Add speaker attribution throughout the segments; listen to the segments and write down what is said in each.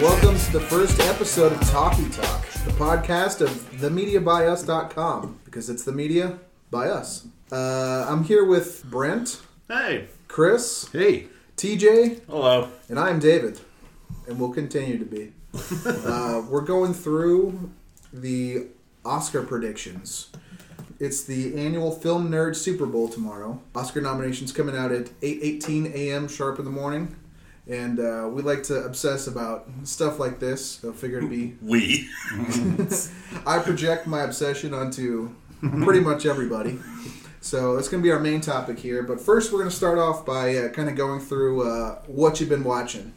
Speaker 1: Welcome to the first episode of Talkie Talk, the podcast of themediabyus.com, because it's the media by us. Uh, I'm here with Brent,
Speaker 2: Hey.
Speaker 1: Chris,
Speaker 2: Hey.
Speaker 1: TJ,
Speaker 2: Hello.
Speaker 1: and I'm David, and we'll continue to be. uh, we're going through the Oscar predictions. It's the annual Film Nerd Super Bowl tomorrow. Oscar nominations coming out at 8:18 a.m. sharp in the morning. And uh, we like to obsess about stuff like this, so figure it'd be
Speaker 2: We.
Speaker 1: I project my obsession onto pretty much everybody. So it's going to be our main topic here. But first, we're going to start off by uh, kind of going through uh, what you've been watching.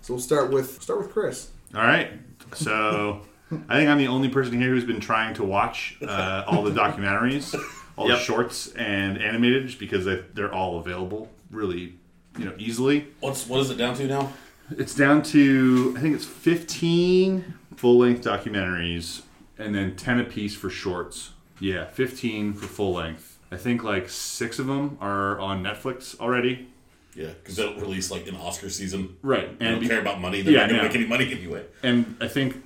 Speaker 1: So we'll start with start with Chris.
Speaker 2: All right. So I think I'm the only person here who's been trying to watch uh, all the documentaries, all the shorts and animated, just because they, they're all available really, you know, easily.
Speaker 3: What's what is it down to now?
Speaker 2: It's down to I think it's 15 full-length documentaries and then 10 apiece for shorts. Yeah, 15 for full length. I think like six of them are on Netflix already.
Speaker 3: Yeah, because they don't release like in Oscar season.
Speaker 2: Right,
Speaker 3: They
Speaker 2: and
Speaker 3: don't
Speaker 2: be-
Speaker 3: care about money. They're
Speaker 2: Yeah,
Speaker 3: not gonna
Speaker 2: no.
Speaker 3: make any money anyway.
Speaker 2: and I think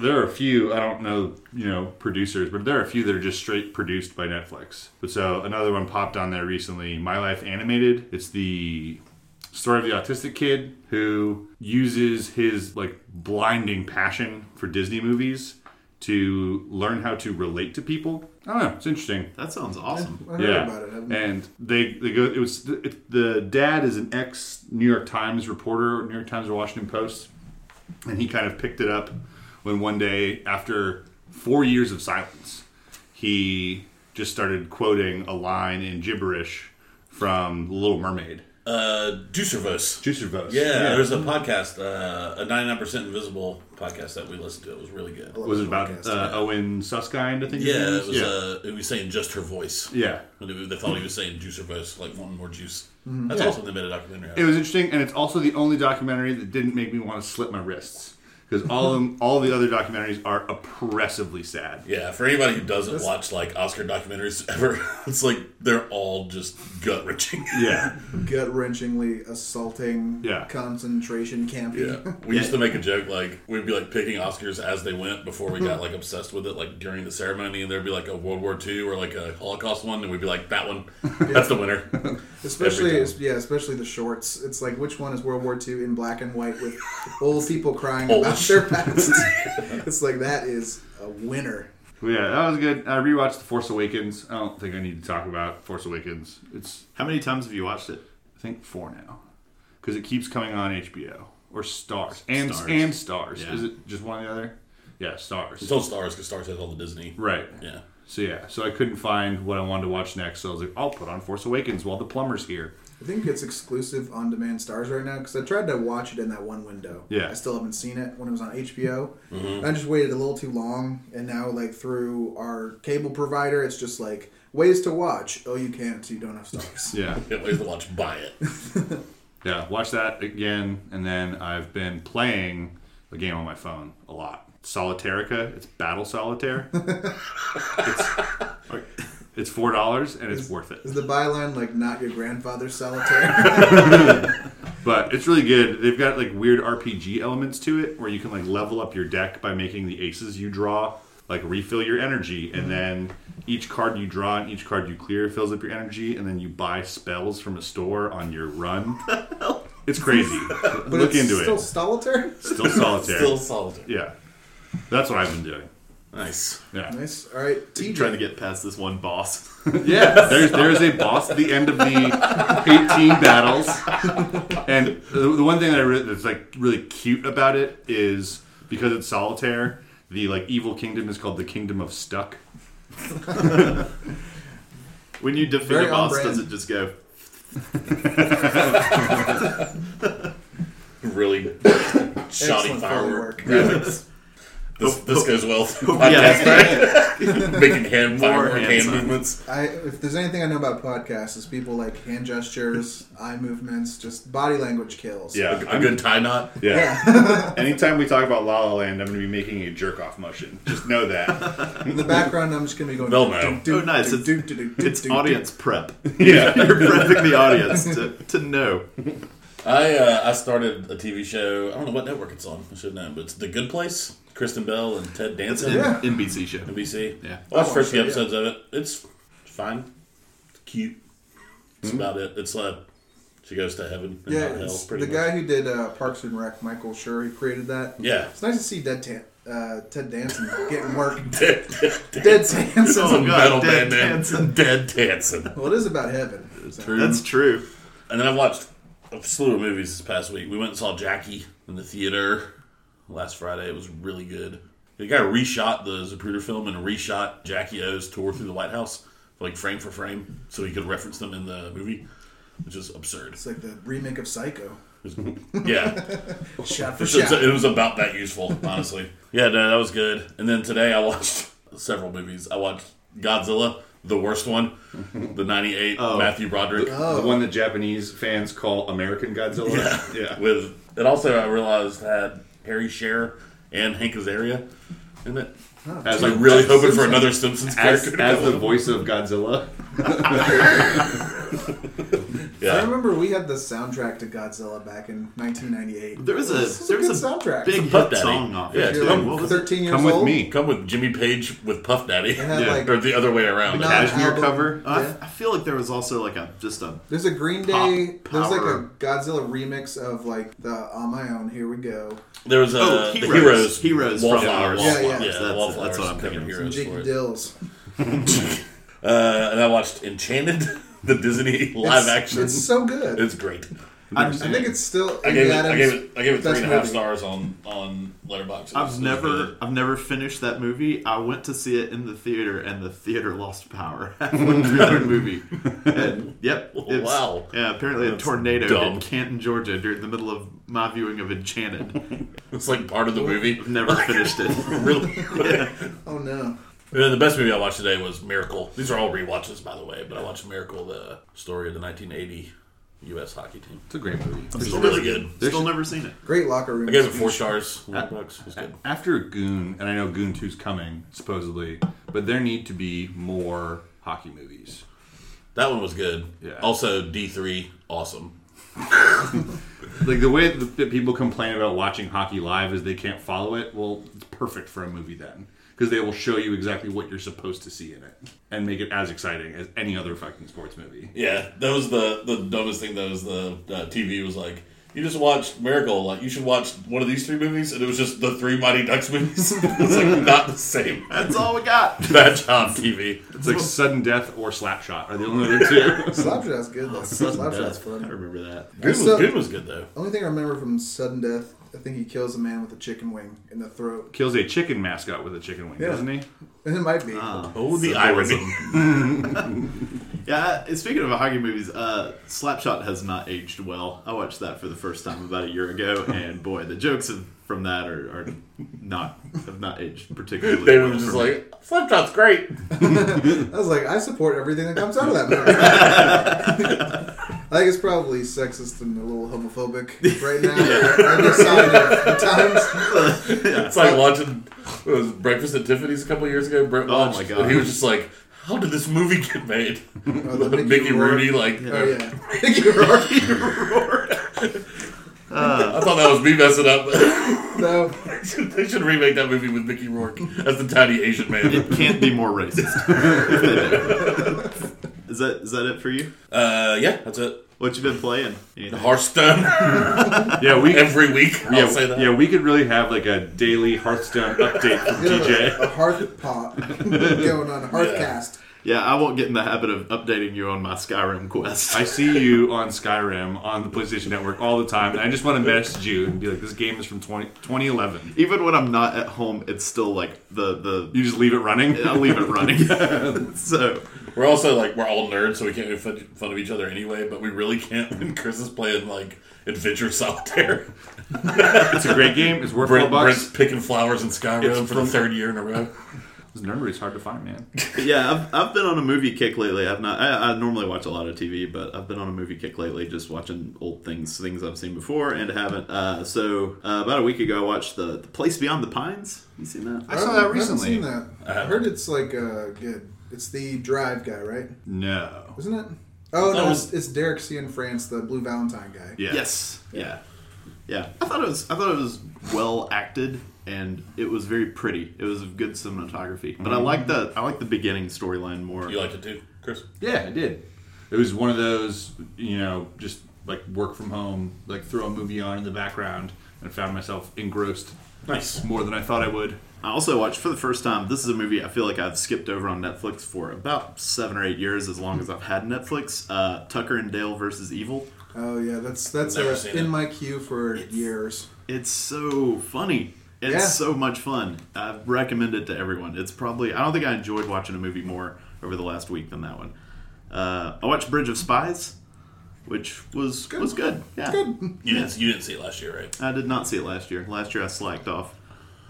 Speaker 2: there are a few. I don't know, you know, producers, but there are a few that are just straight produced by Netflix. But so another one popped on there recently, My Life Animated. It's the story of the autistic kid who uses his like blinding passion for Disney movies to learn how to relate to people. I don't know. It's interesting.
Speaker 4: That sounds awesome.
Speaker 1: I heard
Speaker 2: Yeah,
Speaker 1: about it. I've-
Speaker 2: and they they go. It was it, the dad is an ex New York Times reporter, New York Times or Washington Post, and he kind of picked it up when one day after four years of silence, he just started quoting a line in gibberish from The Little Mermaid.
Speaker 3: Uh, Juicervos.
Speaker 2: Juicervos.
Speaker 3: Yeah, there's a podcast, uh, a 99% Invisible podcast that we listened to. It was really good.
Speaker 2: was it about uh, Owen Suskind? I think. his name
Speaker 3: Yeah,
Speaker 2: is?
Speaker 3: it was. Uh, it was saying just her voice.
Speaker 2: yeah.
Speaker 3: And it- they thought he was saying Juicervos, like wanting more juice.
Speaker 2: Mm-hmm.
Speaker 3: That's also the meta documentary.
Speaker 2: It was interesting, and it's also the only documentary that didn't make me want to slit my wrists because all of them, all the other documentaries are oppressively sad.
Speaker 3: yeah, for anybody who doesn't watch like Oscar documentaries ever, it's like they're all just gut wrenching.
Speaker 2: Yeah,
Speaker 1: Gut wrenchingly assaulting,
Speaker 2: Yeah.
Speaker 1: concentration campy.
Speaker 3: Yeah, we used to make a joke like we'd be like picking Oscars as they went before we got like obsessed with it, like during the ceremony, and there'd be like a World War II or like a Holocaust one, and we'd be like that one, that's the winner.
Speaker 1: especially
Speaker 3: Every
Speaker 1: yeah, especially the shorts. It's like which one is World War II in black and white with old people crying
Speaker 3: Old.
Speaker 1: about their past. it's like that is a winner.
Speaker 2: But yeah, that was good. I rewatched The Force Awakens. I don't think I need to talk about Force Awakens. It's
Speaker 4: How many times have you watched it?
Speaker 2: I think four now because it keeps coming on HBO or Stars and
Speaker 4: Stars.
Speaker 2: and Stars.
Speaker 4: Yeah.
Speaker 2: Is it just one or the other? Yeah, Stars.
Speaker 3: It's on Stars because Stars has all the Disney.
Speaker 2: Right.
Speaker 3: Yeah.
Speaker 2: So yeah, so I couldn't find what I wanted to watch next. So I was like, I'll put on Force Awakens while the plumber's here.
Speaker 1: I think it's exclusive on demand stars right now because I tried to watch it in that one window.
Speaker 2: Yeah.
Speaker 1: I still haven't seen it when it was on HBO. I just waited a little too long, and now, like, through our cable provider, it's just like ways to watch. Oh, you can't, you don't have stars.
Speaker 2: Yeah.
Speaker 3: It ways to watch, buy it.
Speaker 2: Yeah, watch that again, and then I've been playing a game on my phone a lot. Solitarica, it's Battle Solitaire. it's, it's four dollars and it's worth
Speaker 1: Is
Speaker 2: it.
Speaker 1: the byline like not your grandfather's solitaire?
Speaker 2: But it's really good. They've got like weird RPG elements to it, where you can like level up your deck by making the aces you draw like refill your energy,
Speaker 1: Mm-hmm.
Speaker 2: and then each card you draw and each card you clear fills up your energy, and then you buy spells from a store on your run. It's crazy.
Speaker 1: But
Speaker 2: Look
Speaker 1: it's
Speaker 2: into
Speaker 1: still
Speaker 2: it.
Speaker 1: solitaire?
Speaker 2: Still solitaire.
Speaker 3: Still solitaire.
Speaker 2: Yeah. That's what I've been doing.
Speaker 3: Nice.
Speaker 2: Yeah.
Speaker 1: Nice. All right,
Speaker 4: You
Speaker 1: TJ.
Speaker 4: trying to get past this one boss?
Speaker 2: Yeah. There's there's a boss at the end of the 18 battles. And the the one thing that I re- that's like really cute about it is because it's solitaire, the like evil kingdom is called the kingdom of stuck.
Speaker 4: when you defeat
Speaker 1: Very
Speaker 4: a
Speaker 1: on
Speaker 4: boss,
Speaker 1: brand.
Speaker 4: does it just go?
Speaker 3: Really shoddy
Speaker 1: Excellent firework.
Speaker 3: firework graphics. This, this goes well. Podcast,
Speaker 4: Yeah.
Speaker 3: right? Making hand
Speaker 4: More
Speaker 3: firework
Speaker 4: hand
Speaker 3: hand
Speaker 4: signs.
Speaker 3: movements.
Speaker 1: I, if there's anything I know about podcasts, is people like hand gestures, eye movements, just body language kills.
Speaker 2: Yeah.
Speaker 3: A good tie knot.
Speaker 2: yeah.
Speaker 1: Yeah.
Speaker 2: Anytime we talk about La La Land, I'm going to be making a jerk off motion. Just know that.
Speaker 1: In the background, I'm just gonna be going.
Speaker 3: Velmo.
Speaker 4: Oh, nice. It's-
Speaker 1: do, do, do, do,
Speaker 4: It's
Speaker 1: do, do.
Speaker 4: audience prep.
Speaker 2: Yeah.
Speaker 4: You're prepping the audience to, to know.
Speaker 3: I uh, I started a TV show. I don't know what network it's on. I should know, but it's The Good Place. Kristen Bell and Ted Danson.
Speaker 1: Yeah.
Speaker 4: NBC show.
Speaker 3: NBC.
Speaker 4: Yeah.
Speaker 3: I watched the first few
Speaker 1: Yeah.
Speaker 3: episodes of it. It's fine. It's cute. It's about it. It's uh, she goes to heaven and
Speaker 1: Yeah,
Speaker 3: not hell.
Speaker 1: it's the
Speaker 3: Pretty much.
Speaker 1: guy who did uh, Parks and Rec, Michael Schur, he created that.
Speaker 3: Yeah.
Speaker 1: It's nice to see Dead Tan, uh, Ted Danson getting work.
Speaker 3: Dead, Oh,
Speaker 1: Dead Danson.
Speaker 3: a metal band name.
Speaker 4: Dead Danson.
Speaker 3: Dead Danson.
Speaker 1: Well, it is about heaven. So-
Speaker 3: True.
Speaker 4: That's true.
Speaker 3: And then I watched a slew of movies this past week. We went and saw Jackie in the theater last Friday. It was really good. The guy reshot the Zapruder film and reshot Jackie O's tour through the White House, like frame for frame, so he could reference them in the movie, which is absurd.
Speaker 1: It's like the remake of Psycho.
Speaker 3: yeah.
Speaker 1: Shot for
Speaker 3: So-
Speaker 1: shot.
Speaker 3: so it was about that useful, honestly. yeah, no, that was good. And then today I watched several movies. I watched Godzilla, the worst one, the 98, Matthew Broderick.
Speaker 4: Oh.
Speaker 2: The one that Japanese fans call American Godzilla. Yeah.
Speaker 3: With and also I realized had Harry Shearer and Hank Azaria in it.
Speaker 2: I was
Speaker 3: I
Speaker 2: like
Speaker 3: was really hoping for
Speaker 1: Oh, Simpsons.
Speaker 3: another Simpsons
Speaker 2: as,
Speaker 3: character. to
Speaker 2: as
Speaker 3: go
Speaker 2: the
Speaker 3: with
Speaker 2: voice of Godzilla.
Speaker 3: it.
Speaker 1: I
Speaker 3: yeah.
Speaker 1: remember we had the soundtrack to Godzilla back in 1998.
Speaker 4: There was
Speaker 1: This
Speaker 4: a
Speaker 1: is
Speaker 4: there was
Speaker 1: good
Speaker 4: a
Speaker 1: soundtrack.
Speaker 4: big
Speaker 3: It's a Puff
Speaker 4: hit
Speaker 3: Daddy.
Speaker 4: song off.
Speaker 3: Yeah,
Speaker 4: it,
Speaker 3: it's
Speaker 4: too.
Speaker 1: You're
Speaker 3: Come-
Speaker 1: like
Speaker 4: what was it?
Speaker 1: 13 years
Speaker 2: Come with
Speaker 1: old.
Speaker 2: me.
Speaker 3: Come with Jimmy Page with Puff Daddy,
Speaker 1: had,
Speaker 2: Yeah.
Speaker 1: like,
Speaker 3: or the other way around.
Speaker 1: not-
Speaker 2: Cashmere
Speaker 1: album.
Speaker 2: cover.
Speaker 4: Uh, I-
Speaker 1: Yeah.
Speaker 4: I feel like there was also like a just a
Speaker 1: There's a Green Day.
Speaker 4: Pop
Speaker 1: there's like a
Speaker 4: power.
Speaker 1: Godzilla remix of like the On My Own. Here we go.
Speaker 3: There was a
Speaker 4: Oh,
Speaker 3: the
Speaker 4: Heroes.
Speaker 3: heroes,
Speaker 4: Heroes from
Speaker 3: wallflowers,
Speaker 1: Yeah, yeah.
Speaker 3: yeah,
Speaker 4: That's- that's
Speaker 3: wallflowers
Speaker 4: what I'm
Speaker 3: covered
Speaker 4: thinking.
Speaker 1: Some
Speaker 3: heroes
Speaker 1: Jake
Speaker 3: for it.
Speaker 1: Dills.
Speaker 3: Uh, and I watched Enchanted, the Disney live
Speaker 1: It's-
Speaker 3: action.
Speaker 1: It's so good.
Speaker 3: It's great.
Speaker 4: I've,
Speaker 1: I think it's still.
Speaker 3: I gave,
Speaker 1: Amy
Speaker 3: it, I gave
Speaker 1: Adams'
Speaker 3: it. I gave it three
Speaker 1: best
Speaker 3: and a half
Speaker 1: movie.
Speaker 3: stars on on Letterboxd. It was-
Speaker 4: I've
Speaker 3: it was
Speaker 4: never
Speaker 3: good.
Speaker 4: I've never finished that movie. I went to see it in the theater and the theater lost power halfway through the movie. And, yep. it's-
Speaker 3: Wow.
Speaker 4: Yeah, apparently
Speaker 3: That's
Speaker 4: a tornado
Speaker 3: dumb.
Speaker 4: hit Canton, Georgia during the middle of my viewing of Enchanted.
Speaker 3: It's like part of the movie.
Speaker 4: I've never finished it.
Speaker 3: really.
Speaker 1: Oh no.
Speaker 3: The best movie I watched today was Miracle. These are all rewatches, by the way. But I watched Miracle, the story of the 1980 U.S. hockey team.
Speaker 2: It's a great movie.
Speaker 3: It's really good.
Speaker 4: Still never seen it.
Speaker 1: Great locker room.
Speaker 3: I gave it four stars. on Letterboxd. It was good.
Speaker 2: After Goon, and I know Goon 2's coming, supposedly, but there need to be more hockey movies.
Speaker 3: That one was good.
Speaker 2: Yeah.
Speaker 3: Also, D3, awesome.
Speaker 2: Like the way that that people complain about watching hockey live is they can't follow it. Well, it's perfect for a movie then. Because they will show you exactly what you're supposed to see in it and make it as exciting as any other fucking sports movie.
Speaker 3: Yeah, that was the the dumbest thing. That was the uh, TV was like. You just watched Miracle. Like you should watch one of these three movies, and it was just the three Mighty Ducks movies. it's like not the same.
Speaker 4: That's all we got.
Speaker 3: Bad job, TV.
Speaker 2: It's like Sudden Death or Slapshot are the only other two.
Speaker 1: Slapshot's good though. Slapshot's
Speaker 4: I
Speaker 1: fun.
Speaker 4: remember that.
Speaker 3: Goon was,
Speaker 1: still-
Speaker 3: Goon was good though.
Speaker 1: Only thing I remember from sudden death, I think he kills a man with a chicken wing in the throat.
Speaker 2: Kills a chicken mascot with a chicken wing,
Speaker 1: Yeah.
Speaker 2: doesn't he?
Speaker 1: And it might be.
Speaker 3: Oh, the
Speaker 4: Symbolism. Yeah, I- speaking of hockey movies, uh, Slapshot has not aged well. I watched that for the first time about a year ago, and boy, the jokes of- from that are, are not have not aged particularly.
Speaker 3: They
Speaker 4: well
Speaker 3: were just
Speaker 4: for me.
Speaker 3: like, Slapshot's great.
Speaker 1: I was like, I support everything that comes out of that movie. I think it's probably sexist and a little homophobic right now. Every side of the times.
Speaker 3: It's like watching it was Breakfast at Tiffany's a couple years ago. Brett
Speaker 4: Oh
Speaker 3: watched,
Speaker 4: my God.
Speaker 3: And he was just like, how did this movie get made?
Speaker 1: Oh, the
Speaker 3: Mickey,
Speaker 1: Mickey
Speaker 3: Rooney, like,
Speaker 1: Oh yeah. Mickey Rourke.
Speaker 3: I thought that was me messing up.
Speaker 1: No.
Speaker 3: they should remake that movie with Mickey Rourke as the tiny Asian man.
Speaker 4: it can't be more racist. is that is that it for you?
Speaker 3: uh, yeah, that's it.
Speaker 4: What you been playing? Anything?
Speaker 3: Hearthstone
Speaker 2: Yeah, we
Speaker 3: every week. I'll
Speaker 2: yeah,
Speaker 3: say that.
Speaker 2: yeah, we could really have like a daily Hearthstone update from
Speaker 1: Get
Speaker 2: DJ.
Speaker 1: A, a hearth pot going on Hearthcast.
Speaker 4: Yeah, I won't get in the habit of updating you on my Skyrim quest.
Speaker 2: I see you on Skyrim on the PlayStation Network all the time, and I just want to message you and be like, "This game is from 20, 2011."
Speaker 4: Even when I'm not at home, it's still like the the
Speaker 2: You just leave it running.
Speaker 4: I'll leave it running. so
Speaker 3: We're also like we're all nerds, so we can't make fun, fun of each other anyway. But we really can't when Chris is playing like Adventure Solitaire.
Speaker 2: It's a great game. It's worth
Speaker 3: Brent,
Speaker 2: four
Speaker 3: Brent's
Speaker 2: bucks.
Speaker 3: picking flowers in Skyrim
Speaker 2: It's
Speaker 3: for the third year in a row.
Speaker 2: This nerdery is hard to find, man.
Speaker 4: yeah, I've, I've been on a movie kick lately. I've not. I, I normally watch a lot of TV, but I've been on a movie kick lately, just watching old things, things I've seen before and haven't. Uh, so uh, about a week ago, I watched the, the Place Beyond the Pines. You seen that?
Speaker 2: I saw that
Speaker 1: I
Speaker 2: recently.
Speaker 1: haven't seen that. I heard it's like uh, good. It's the Drive guy, right?
Speaker 2: No,
Speaker 1: Isn't it? Oh
Speaker 3: That
Speaker 1: no,
Speaker 3: was-
Speaker 1: it's, it's Derek C in France, the Blue Valentine guy.
Speaker 2: Yeah.
Speaker 4: Yes. Yeah. Yeah. I thought it was I thought it was well acted and it was very pretty. It was good cinematography. But I like the I like the beginning storyline more.
Speaker 3: You liked it too, Chris?
Speaker 2: Yeah, I did. It was one of those, you know, just like work from home, like throw a movie on in the background, and found myself engrossed
Speaker 3: Nice.
Speaker 2: more than I thought I would.
Speaker 4: I also watched for the first time. This is a movie I feel like I've skipped over on Netflix for about seven or eight years, as long as I've had Netflix. Uh, Tucker and Dale versus Evil.
Speaker 1: Oh yeah, that's that's
Speaker 3: Never
Speaker 1: uh,
Speaker 3: seen
Speaker 1: in
Speaker 3: it.
Speaker 1: my queue for years.
Speaker 4: It's so funny. It's
Speaker 1: Yeah.
Speaker 4: so much fun. I recommend it to everyone. It's probably I don't think I enjoyed watching a movie more over the last week than that one. Uh, I watched Bridge of Spies, which was was good. Yeah,
Speaker 3: You didn't, you didn't see it last year, right?
Speaker 4: I did not see it last year. Last year I slacked off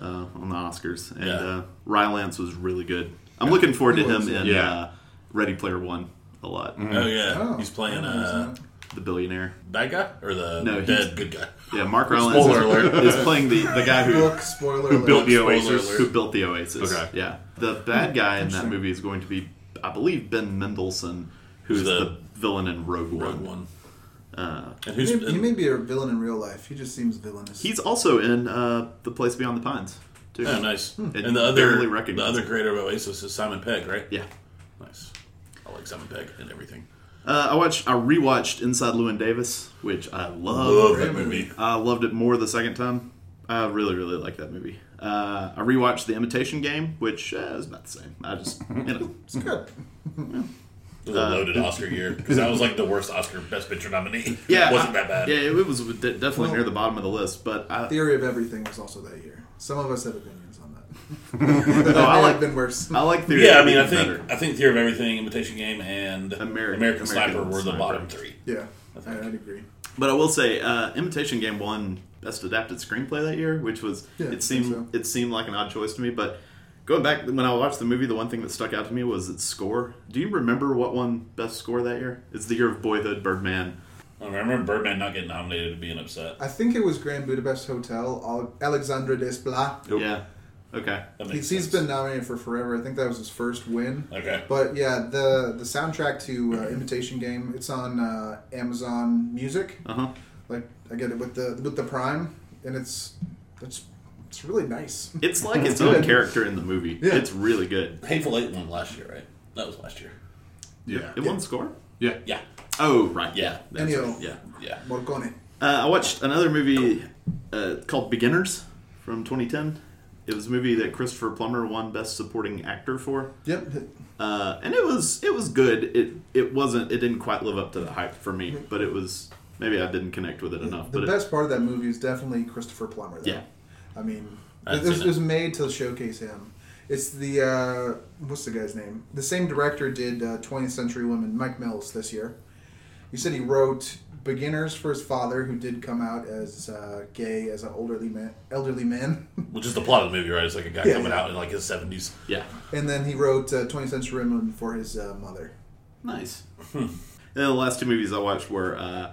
Speaker 4: uh, on the Oscars, and
Speaker 3: Yeah.
Speaker 4: uh, Rylance was really good. I'm looking forward to
Speaker 1: He
Speaker 4: him
Speaker 1: was.
Speaker 4: in
Speaker 2: Yeah.
Speaker 4: uh, Ready Player One a lot.
Speaker 3: Oh yeah,
Speaker 1: Oh,
Speaker 3: he's playing
Speaker 1: I don't know,
Speaker 3: uh,
Speaker 1: isn't it?
Speaker 4: The billionaire.
Speaker 3: bad guy or the
Speaker 4: No, he's-
Speaker 3: dead good guy.
Speaker 4: Yeah, Mark Rylance
Speaker 3: Spoiler
Speaker 4: is,
Speaker 3: alert.
Speaker 4: is playing the, the guy who
Speaker 1: book spoiler
Speaker 2: Who
Speaker 1: alert.
Speaker 2: built the
Speaker 3: Spoiler
Speaker 2: Oasis?
Speaker 3: alert.
Speaker 4: who built the Oasis.
Speaker 2: Okay.
Speaker 4: Yeah. The bad guy in that movie is going to be, I believe, Ben Mendelsohn, who's
Speaker 3: The-
Speaker 4: the, villain in Rogue One.
Speaker 3: Rogue One.
Speaker 4: Uh,
Speaker 3: And
Speaker 1: He
Speaker 3: who's
Speaker 1: may, he may be a villain in real life. He just seems villainous.
Speaker 4: he's also in uh, The Place Beyond the Pines, too.
Speaker 3: oh, nice. And the
Speaker 4: Hmm. barely
Speaker 3: other the
Speaker 4: recognized.
Speaker 3: other creator of Oasis is Simon Pegg, right?
Speaker 4: Yeah.
Speaker 3: Nice. I like Simon Pegg and everything.
Speaker 4: Uh, I watched, I rewatched Inside Llewyn Davis, which I love.
Speaker 3: Love that movie.
Speaker 4: I loved it more the second time. I really, really like that movie. Uh, I rewatched The Imitation Game, which uh, is about the same. I just, you know,
Speaker 1: it's good.
Speaker 3: It was
Speaker 4: Uh,
Speaker 3: a loaded Oscar year because that was like the worst Oscar Best Picture nominee.
Speaker 4: yeah,
Speaker 3: it wasn't
Speaker 4: I-
Speaker 3: that bad.
Speaker 4: Yeah, it was de- definitely
Speaker 1: Well-
Speaker 4: near the bottom of the list, but I,
Speaker 1: Theory of Everything was also that year. Some of us have opinions on that. that
Speaker 4: I
Speaker 1: may
Speaker 4: like-
Speaker 1: have been worse.
Speaker 4: I like theory.
Speaker 3: Yeah, I
Speaker 4: of
Speaker 3: mean, I
Speaker 4: Everything
Speaker 3: think
Speaker 4: better.
Speaker 3: I think Theory of Everything, Imitation Game, and
Speaker 4: American-
Speaker 3: American,
Speaker 4: American
Speaker 3: Sniper were the
Speaker 4: Sniper.
Speaker 3: bottom three.
Speaker 1: yeah,
Speaker 3: I
Speaker 1: I,
Speaker 3: think.
Speaker 1: I'd agree.
Speaker 4: But I will say, uh, Imitation Game won Best Adapted Screenplay that year, which was
Speaker 1: Yeah, I
Speaker 4: it
Speaker 1: think
Speaker 4: seemed
Speaker 1: so.
Speaker 4: it seemed like an odd choice to me. But going back when I watched the movie, the one thing that stuck out to me was its score. Do you remember what won Best Score that year? It's the year of Boyhood, Birdman.
Speaker 3: I remember Birdman not getting nominated and being upset.
Speaker 1: I think it was Grand Budapest Hotel, Al- Alexandre Desplat.
Speaker 2: Nope.
Speaker 4: Yeah. Okay.
Speaker 3: That makes
Speaker 1: He's, he's
Speaker 3: sense.
Speaker 1: been nominated for forever. I think that was his first win.
Speaker 3: okay.
Speaker 1: But yeah, the the soundtrack to uh, Imitation Game it's on uh, Amazon Music.
Speaker 4: Uh huh.
Speaker 1: Like I get it with the with the Prime, and it's it's it's really nice.
Speaker 4: It's like its
Speaker 1: good.
Speaker 4: own character in the movie.
Speaker 1: Yeah.
Speaker 4: It's really good.
Speaker 3: Hateful Eight won last year, right? That was last year.
Speaker 2: Yeah.
Speaker 4: It won score.
Speaker 2: Yeah.
Speaker 3: Yeah,
Speaker 4: Oh right.
Speaker 3: Yeah.
Speaker 4: That's
Speaker 1: Anyhow.
Speaker 4: right, Yeah.
Speaker 3: yeah.
Speaker 1: Morcone.
Speaker 4: Uh, I watched another movie uh, called Beginners from 2010. It was a movie that Christopher Plummer won Best Supporting Actor for,
Speaker 1: Yep.
Speaker 4: uh, and it was it was good. It it wasn't it didn't quite live up to the hype for me, but it was maybe I didn't connect with it enough.
Speaker 1: The
Speaker 4: but
Speaker 1: best part of that movie is definitely Christopher Plummer. Though.
Speaker 4: Yeah.
Speaker 1: I mean,
Speaker 3: I've
Speaker 1: it was,
Speaker 3: seen
Speaker 1: it was made to showcase him. It's the uh, what's the guy's name? The same director did uh, 20th Century Women, Mike Mills, this year. He said he wrote Beginners for his father, who did come out as uh, gay as an elderly man. Elderly man,
Speaker 3: Which is the plot of the movie, right? It's like a guy
Speaker 1: Yeah,
Speaker 3: coming
Speaker 1: yeah.
Speaker 3: out in like his seventies.
Speaker 4: it, yeah,
Speaker 1: and then he wrote uh, 20th Century Women for his uh, mother.
Speaker 4: nice.
Speaker 3: Hmm.
Speaker 4: and the last two movies I watched were uh,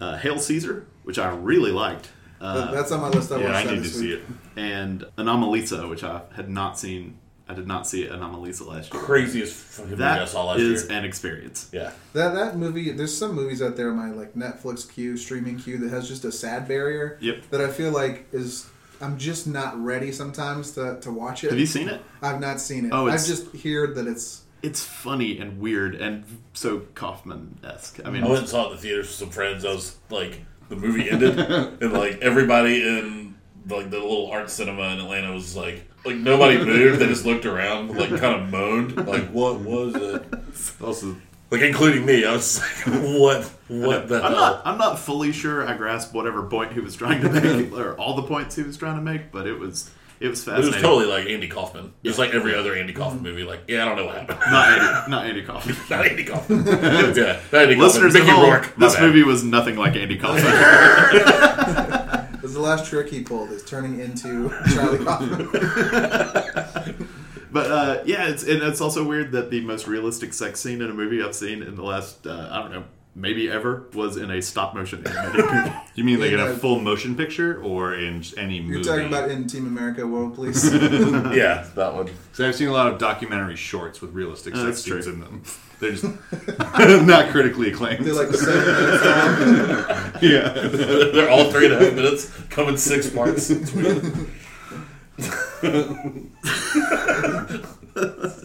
Speaker 4: uh, Hail Caesar, which I really liked,
Speaker 1: But
Speaker 4: uh,
Speaker 1: That's on my list. I
Speaker 2: Yeah,
Speaker 1: watched
Speaker 2: I
Speaker 1: that
Speaker 2: need to
Speaker 1: this
Speaker 2: see
Speaker 1: week.
Speaker 2: it.
Speaker 4: and Anomalisa, which I had not seen. I did not see Anomalisa last year.
Speaker 3: Craziest fucking movie I
Speaker 4: That
Speaker 3: saw last
Speaker 4: is
Speaker 3: year.
Speaker 4: an experience.
Speaker 3: Yeah,
Speaker 1: That that movie, there's some movies out there in my like Netflix queue, streaming queue that has just a sad barrier.
Speaker 4: Yep.
Speaker 1: That I feel like is I'm just not ready sometimes to, to watch it.
Speaker 4: Have you seen it?
Speaker 1: I've not seen it.
Speaker 4: Oh,
Speaker 1: I've
Speaker 4: it's-
Speaker 1: just heard that it's
Speaker 4: It's funny and weird and so Kaufman esque. I mean,
Speaker 3: I went and saw it in the theaters with some friends. I was like, the movie ended, and like everybody in like the little art cinema in Atlanta was like, like nobody moved. They just looked around, like kind of moaned, like what was it?
Speaker 2: Also,
Speaker 3: Like including me, I was just like, what, what the
Speaker 4: I'm
Speaker 3: hell?
Speaker 4: not. I'm not fully sure I grasped whatever point he was trying to make, or all the points he was trying to make. But it was, it was
Speaker 3: It
Speaker 4: fascinating.
Speaker 3: was totally like Andy Kaufman. It was like every other Andy Kaufman movie. Like, yeah, I don't know what happened.
Speaker 4: not Andy, not Andy Kaufman.
Speaker 3: Not Andy Kaufman. yeah, not Andy Kaufman.
Speaker 4: Listeners, at
Speaker 3: Mickey
Speaker 4: home,
Speaker 3: Rourke. my
Speaker 4: this
Speaker 3: bad.
Speaker 4: movie was nothing like Andy Kaufman.
Speaker 1: it's the last trick he pulled is turning into Charlie Kaufman.
Speaker 4: but uh, yeah, it's and it's also weird that the most realistic sex scene in a movie I've seen in the last, uh, I don't know, maybe ever, was in a stop motion animated movie.
Speaker 2: you mean like in
Speaker 1: Yeah.
Speaker 2: a full motion picture or in just any movie?
Speaker 1: You're talking about in Team America World Police.
Speaker 3: Yeah, that one.
Speaker 2: So I've seen a lot of documentary shorts with realistic
Speaker 4: Oh,
Speaker 2: sex
Speaker 4: that's
Speaker 2: scenes
Speaker 4: true.
Speaker 2: in them. They're just not critically acclaimed.
Speaker 1: They're like seven minutes long.
Speaker 2: yeah.
Speaker 3: They're all three and a half minutes, come in six parts. It's weird.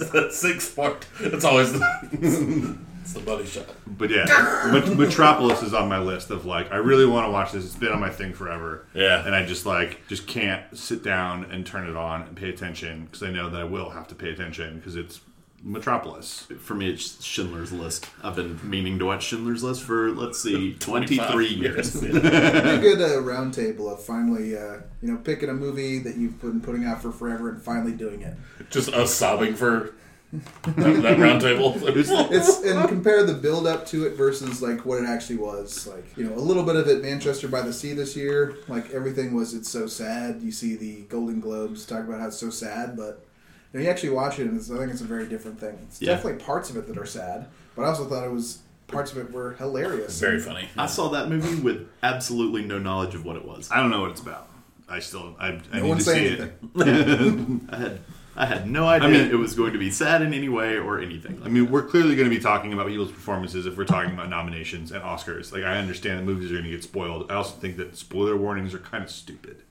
Speaker 3: that six part. That's always the, it's the buddy shot.
Speaker 2: But yeah, Met- Metropolis is on my list of like I really want to watch this. It's been on my thing forever.
Speaker 3: Yeah.
Speaker 2: and I just like just can't sit down and turn it on and pay attention because I know that I will have to pay attention because it's Metropolis.
Speaker 4: For me, it's Schindler's List. I've been meaning to watch Schindler's List for let's see, twenty three years.
Speaker 1: Pretty good uh, roundtable of finally, uh, you know, picking a movie that you've been putting out for forever and finally doing it.
Speaker 3: Just us sobbing for that, that round table.
Speaker 1: It's and compare the build up to it versus like what it actually was. Like you know, a little bit of it Manchester by the Sea this year. Like everything was it's so sad. You see the Golden Globes talk about how it's so sad, but you, know, you actually watch it and it's, I think it's a very different thing. It's
Speaker 4: Yeah.
Speaker 1: definitely parts of it that are sad, but I also thought it was parts of it were hilarious.
Speaker 3: very funny.
Speaker 4: I saw that movie with absolutely no knowledge of what it was.
Speaker 2: I don't know what it's about. I still I, I
Speaker 1: No
Speaker 2: need
Speaker 1: one
Speaker 2: to see
Speaker 1: say
Speaker 2: it.
Speaker 1: anything.
Speaker 4: I had I had no idea
Speaker 2: I mean-
Speaker 4: it was going to be sad in any way or anything.
Speaker 2: I mean, we're clearly going to be talking about people's performances if we're talking about nominations and Oscars. Like, I understand that movies are going to get spoiled. I also think that spoiler warnings are kind of stupid.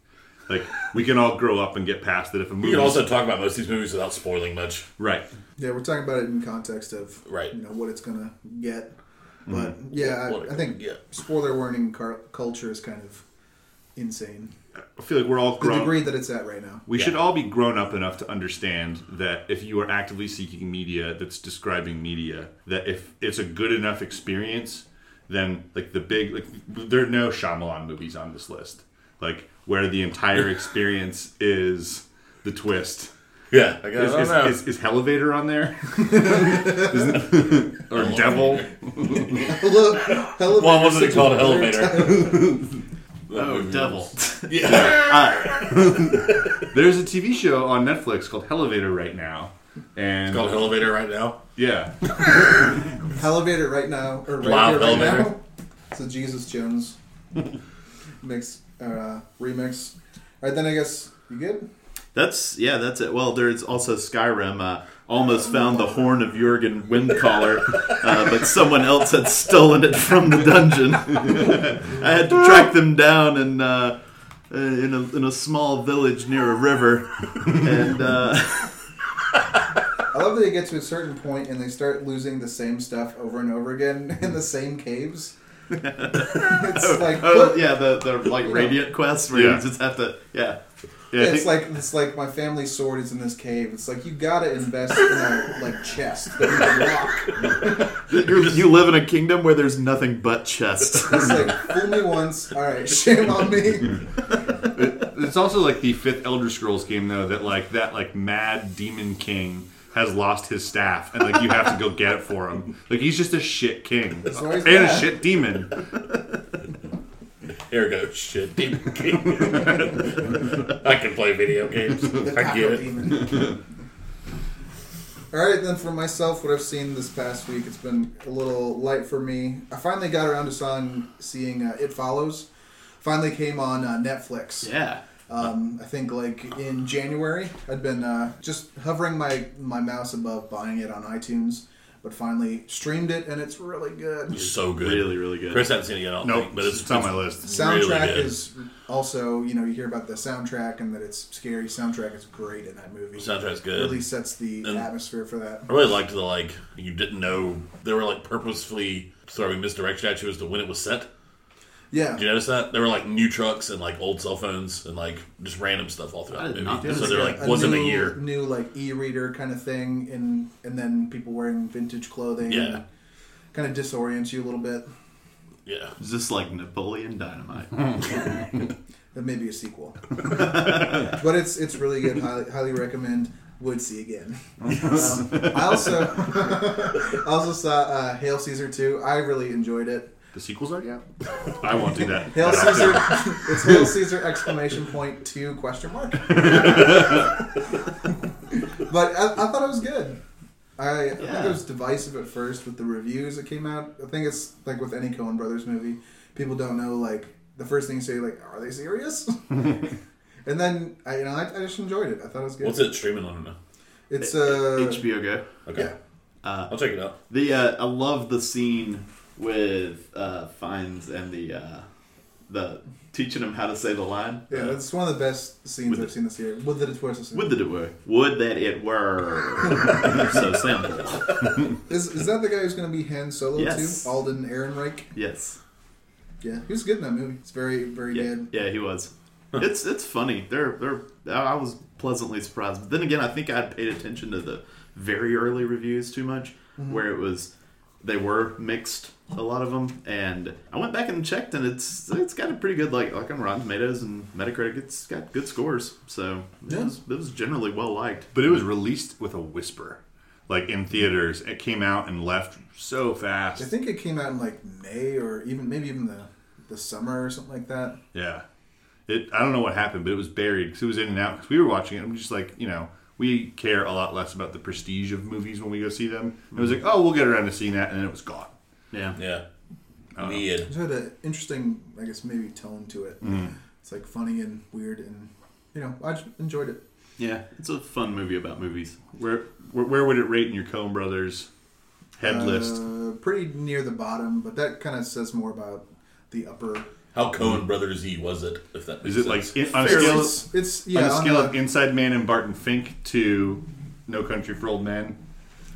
Speaker 2: Like, we can all grow up and get past that if a movie.
Speaker 3: We can also talk about most of these movies without spoiling much.
Speaker 2: right.
Speaker 1: Yeah, we're talking about it in context of
Speaker 3: Right. Mm-hmm.
Speaker 1: you know what it's gonna get. But yeah,
Speaker 3: What it
Speaker 1: I, I think
Speaker 3: gonna get.
Speaker 1: spoiler warning car- culture is kind of insane.
Speaker 2: I feel like we're all
Speaker 1: The
Speaker 2: grown.
Speaker 1: degree that it's at right now.
Speaker 2: we should all be grown up enough to understand that if you are actively seeking media that's describing media, that if it's a good enough experience, then like the big like there are no Shyamalan movies on this list. Like where the entire experience is the twist.
Speaker 3: Yeah, I guess.
Speaker 2: Is, is, is, is Elevator on there? Isn't- or Devil?
Speaker 1: Hello, hello.
Speaker 3: well, wasn't it called Elevator?
Speaker 4: oh, devil.
Speaker 3: yeah.
Speaker 2: There's a TV show on Netflix called Elevator right now. And
Speaker 3: called Elevator right now.
Speaker 2: yeah,
Speaker 1: Elevator right now, or right
Speaker 3: Wow,
Speaker 1: here, right
Speaker 3: elevator.
Speaker 1: now. So Jesus Jones mix uh, remix. All right, then I guess you good.
Speaker 4: That's yeah, that's it. Well, there's also Skyrim. Uh, almost found the horn of Jurgen Windcaller, uh, but someone else had stolen it from the dungeon. I had to track them down and. Uh, uh, in a, in a small village near a river, and uh,
Speaker 1: I love that they get to a certain point and they start losing the same stuff over and over again in the same caves. it's like
Speaker 4: oh,
Speaker 1: put-
Speaker 4: yeah, the, the like radiant quests where
Speaker 2: Yeah.
Speaker 4: you just have to yeah
Speaker 2: yeah I
Speaker 1: it's
Speaker 2: think-
Speaker 1: like it's like my family's sword is in this cave. It's like you gotta invest in a like chest that you can lock.
Speaker 4: You're, you live in a kingdom where there's nothing but chests.
Speaker 1: It's like fool me once, all right, shame on me.
Speaker 2: It's also like the fifth Elder Scrolls game though that like that like mad demon king has lost his staff and like you have to go get it for him. Like he's just a shit king
Speaker 1: why he's
Speaker 2: and a
Speaker 1: bad.
Speaker 2: shit demon.
Speaker 3: Here we go. Shit, Demon King. I can play video games.
Speaker 1: The
Speaker 3: I
Speaker 1: taco
Speaker 3: get it.
Speaker 1: demon. All right, then for myself, what I've seen this past week, it's been a little light for me. I finally got around to song, seeing uh, It Follows. Finally came on uh, Netflix.
Speaker 4: Yeah.
Speaker 1: Um, I think like in January, I'd been uh, just hovering my, my mouse above buying it on iTunes, but finally streamed it, and it's really good.
Speaker 3: So good.
Speaker 4: Really, really good.
Speaker 3: Chris hasn't seen it yet, I don't
Speaker 2: Nope,
Speaker 3: think, but it's,
Speaker 2: it's on my list.
Speaker 1: Soundtrack
Speaker 3: good.
Speaker 1: is also, you know, you hear about the soundtrack and that it's scary. Soundtrack is great in that movie.
Speaker 3: Soundtrack's good.
Speaker 1: really sets the
Speaker 3: And-
Speaker 1: atmosphere for that.
Speaker 3: I really liked the like you didn't know they were like purposefully throwing misdirection at you as to when it was set.
Speaker 1: Yeah.
Speaker 3: Did you notice that? There were like new trucks and like old cell phones and like just random stuff all throughout
Speaker 4: I
Speaker 3: the
Speaker 4: did
Speaker 3: movie.
Speaker 4: not notice
Speaker 3: So there
Speaker 4: that.
Speaker 3: like wasn't
Speaker 1: new,
Speaker 3: a year.
Speaker 1: new like e-reader kind of thing, and and then people wearing vintage clothing.
Speaker 3: Yeah.
Speaker 1: Kind of disorients you a little bit.
Speaker 3: Yeah.
Speaker 4: It's just like Napoleon Dynamite.
Speaker 1: That may be a sequel, but it's it's really good. Highly, highly recommend. Would see again. Um, I also I also saw uh, Hail Caesar 2. I really enjoyed it.
Speaker 2: The sequel's already out. I won't do that.
Speaker 1: Hail Caesar, it's Hail Caesar exclamation point two question mark. but I, I thought it was good. I, I think
Speaker 4: Yeah.
Speaker 1: it was divisive at first with the reviews that came out. I think it's like with any Coen Brothers movie, people don't know like the first thing you say like, are they serious? and then I, you know, I, I just enjoyed it. eh, I thought it was good.
Speaker 3: What's it streaming on now?
Speaker 1: It's uh,
Speaker 4: HBO Go.
Speaker 3: Okay.
Speaker 1: Yeah.
Speaker 4: Uh,
Speaker 3: I'll check it out.
Speaker 4: the uh, I love the scene with uh, Fines and the uh, the teaching him how to say the line.
Speaker 1: Yeah, that's one of the best scenes
Speaker 4: With
Speaker 1: I've seen this year. With the twist.
Speaker 4: Would that it were? Would that it were? so simple.
Speaker 1: Is, is that the guy who's going to be Han Solo
Speaker 4: Yes.
Speaker 1: too? Alden Ehrenreich.
Speaker 4: Yes.
Speaker 1: Yeah, he was good in that movie. It's very, very
Speaker 4: Yeah,
Speaker 1: good.
Speaker 4: yeah, he was. it's it's funny. They're they're. I I was pleasantly surprised. But then again, I think I'd paid attention to the very early reviews too much,
Speaker 1: Mm-hmm.
Speaker 4: where it was they were mixed a lot of them, and I went back and checked, and it's it's got a pretty good like like on Rotten Tomatoes and Metacritic. It's got good scores, so it,
Speaker 1: Yeah.
Speaker 4: was, it was generally well liked.
Speaker 2: But it was released with a whisper, like in theaters. It came out and left so fast.
Speaker 1: I think it came out in like May or even maybe even the the summer or something like that.
Speaker 2: Yeah. It, I don't know what happened, but it was buried because it was in and out. Because we were watching it, I'm just like, you know, we care a lot less about the prestige of movies when we go see them. It was like, oh, we'll get around to seeing that, and then it was gone.
Speaker 4: Yeah,
Speaker 3: Yeah. Weird.
Speaker 1: It had an interesting, I guess, maybe tone to it.
Speaker 2: Mm.
Speaker 1: It's like funny and weird, and you know, I just enjoyed it.
Speaker 4: yeah, it's a fun movie about movies.
Speaker 2: Where where, where would it rate in your Coen Brothers head list?
Speaker 1: Uh, pretty near the bottom, but that kind of says more about the upper.
Speaker 3: How Cohen Brothers E was it? If that makes
Speaker 2: Is it
Speaker 3: sense.
Speaker 2: like in, on a
Speaker 4: Fairly-
Speaker 2: scale? Of,
Speaker 1: It's, it's
Speaker 2: on
Speaker 1: yeah,
Speaker 2: a
Speaker 1: on
Speaker 2: scale
Speaker 1: the-
Speaker 2: of Inside Man and Barton Fink to No Country for Old Men.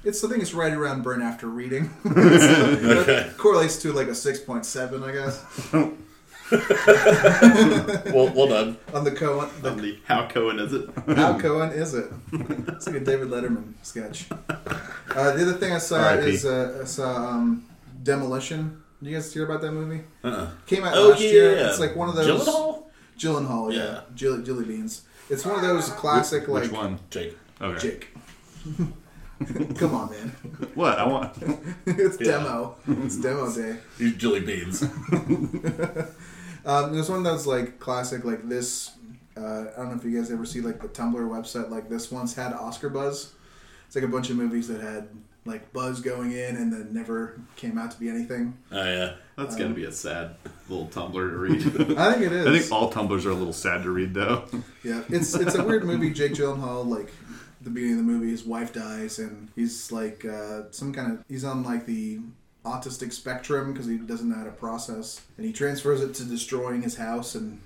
Speaker 1: it's I think it's right around burn after reading. That
Speaker 3: Okay.
Speaker 1: correlates to like a six point seven, I guess,
Speaker 3: well, well done.
Speaker 1: on the Cohen. The,
Speaker 4: Um, the- how Cohen is it?
Speaker 1: how Cohen is it? It's like a David Letterman sketch. Uh, the other thing I saw
Speaker 2: R.I.P..
Speaker 1: is uh, I saw um, Demolition. You guys hear about that movie?
Speaker 3: Uh-uh.
Speaker 1: Came out
Speaker 3: Oh
Speaker 1: last
Speaker 3: yeah,
Speaker 1: year. It's like one of those.
Speaker 3: Gyllenhaal?
Speaker 1: Gyllenhaal, yeah.
Speaker 3: Yeah.
Speaker 1: Jill, Jilly Beans. It's one of those classic, like.
Speaker 2: Which one?
Speaker 3: Jake.
Speaker 2: Okay.
Speaker 1: Jake. Come on, man.
Speaker 2: What I want?
Speaker 1: it's demo. It's demo day.
Speaker 3: These jelly beans.
Speaker 1: Um, there's one of those, like, classic, like this. Uh, I don't know if you guys ever see, like, the Tumblr website. Like, this once had Oscar Buzz. It's like a bunch of movies that had, like, buzz going in and then never came out to be anything.
Speaker 3: Oh yeah.
Speaker 4: That's got to be a sad little Tumblr to read.
Speaker 1: I think it is.
Speaker 2: I think all Tumblers are a little sad to read though.
Speaker 1: Yeah, it's it's a weird movie. Jake Gyllenhaal, like at the beginning of the movie, his wife dies, and he's like uh, some kind of he's on like the autistic spectrum because he doesn't know how to process, and he transfers it to destroying his house and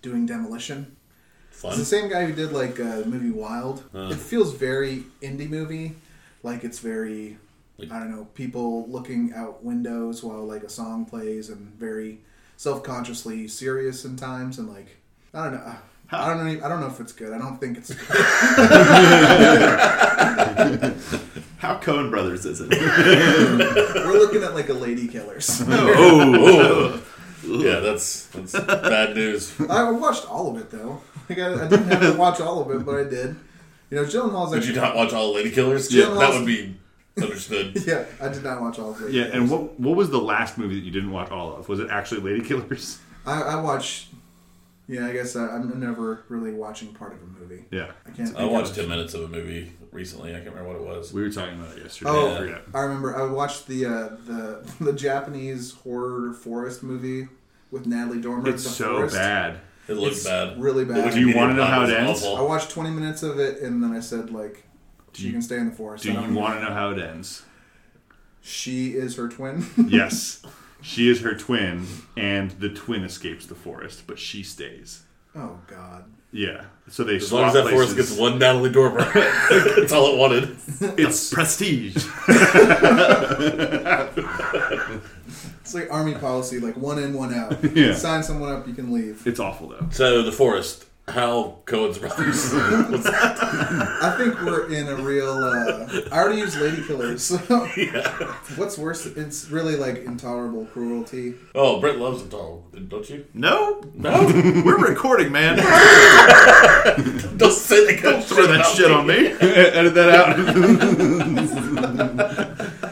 Speaker 1: doing demolition. It's
Speaker 3: Fun.
Speaker 1: the same guy who did like uh, the movie Wild. It feels very indie movie, like it's very I don't know people looking out windows while like a song plays and very self consciously serious sometimes and like I don't know. uh, I don't know. I don't know if it's good. I don't think it's.
Speaker 4: how Cohen Brothers is it?
Speaker 1: We're looking at like a lady killers.
Speaker 3: Oh, yeah, that's that's bad news.
Speaker 1: I watched all of it though. Like I, I didn't have to watch all of it, but I did. You know, Gyllenhaal's
Speaker 3: Did you
Speaker 1: actually.
Speaker 3: not watch all Lady Killers?
Speaker 1: Yeah.
Speaker 3: that would be understood.
Speaker 1: Yeah, I did not watch all of it.
Speaker 2: Yeah, and what what was the last movie that you didn't watch all of? Was it actually Lady Killers?
Speaker 1: I, I watch. Yeah, I guess I, I'm never really watching part of a movie.
Speaker 2: Yeah,
Speaker 1: I can't.
Speaker 3: I
Speaker 1: think
Speaker 3: watched
Speaker 1: of-
Speaker 3: ten minutes of a movie recently. I can't remember what it was.
Speaker 2: we were talking about it yesterday.
Speaker 1: Oh,
Speaker 2: I forget.
Speaker 1: I remember. I watched the uh, the the Japanese horror forest movie with Natalie Dormer.
Speaker 2: It's
Speaker 1: The
Speaker 2: so
Speaker 1: Forest.
Speaker 2: bad.
Speaker 3: It looked bad.
Speaker 1: really
Speaker 3: The
Speaker 1: bad.
Speaker 2: Do you
Speaker 3: Wikipedia
Speaker 2: wanna know how it
Speaker 3: plot
Speaker 2: ends?
Speaker 3: was
Speaker 1: I
Speaker 3: awful.
Speaker 1: watched 20 minutes of it, and then I said like, "She
Speaker 2: you-
Speaker 1: can stay in the forest."
Speaker 2: Do
Speaker 1: I
Speaker 2: you
Speaker 1: don't-
Speaker 2: want to know how it ends?
Speaker 1: She is her twin.
Speaker 2: Yes. She is her twin, and the twin escapes the forest, but she stays.
Speaker 1: oh God.
Speaker 2: Yeah. So they
Speaker 3: As long as that forest gets one Natalie Dormer, that's all it wanted.
Speaker 2: It's
Speaker 4: Prestige.
Speaker 1: It's like army policy, like one in, one out.
Speaker 2: Yeah.
Speaker 1: Sign someone up, you can leave.
Speaker 2: it's awful though.
Speaker 3: So the forest, how Cohen's brothers? Was that?
Speaker 1: I think we're in a real. Uh, I already used lady killers. So. What's worse? It's really like intolerable cruelty.
Speaker 3: Oh, Brett loves it all, don't you?
Speaker 4: No,
Speaker 3: No,
Speaker 4: we're recording, man.
Speaker 3: don't say that. Don't
Speaker 4: Throw that shit on me.
Speaker 2: Edit that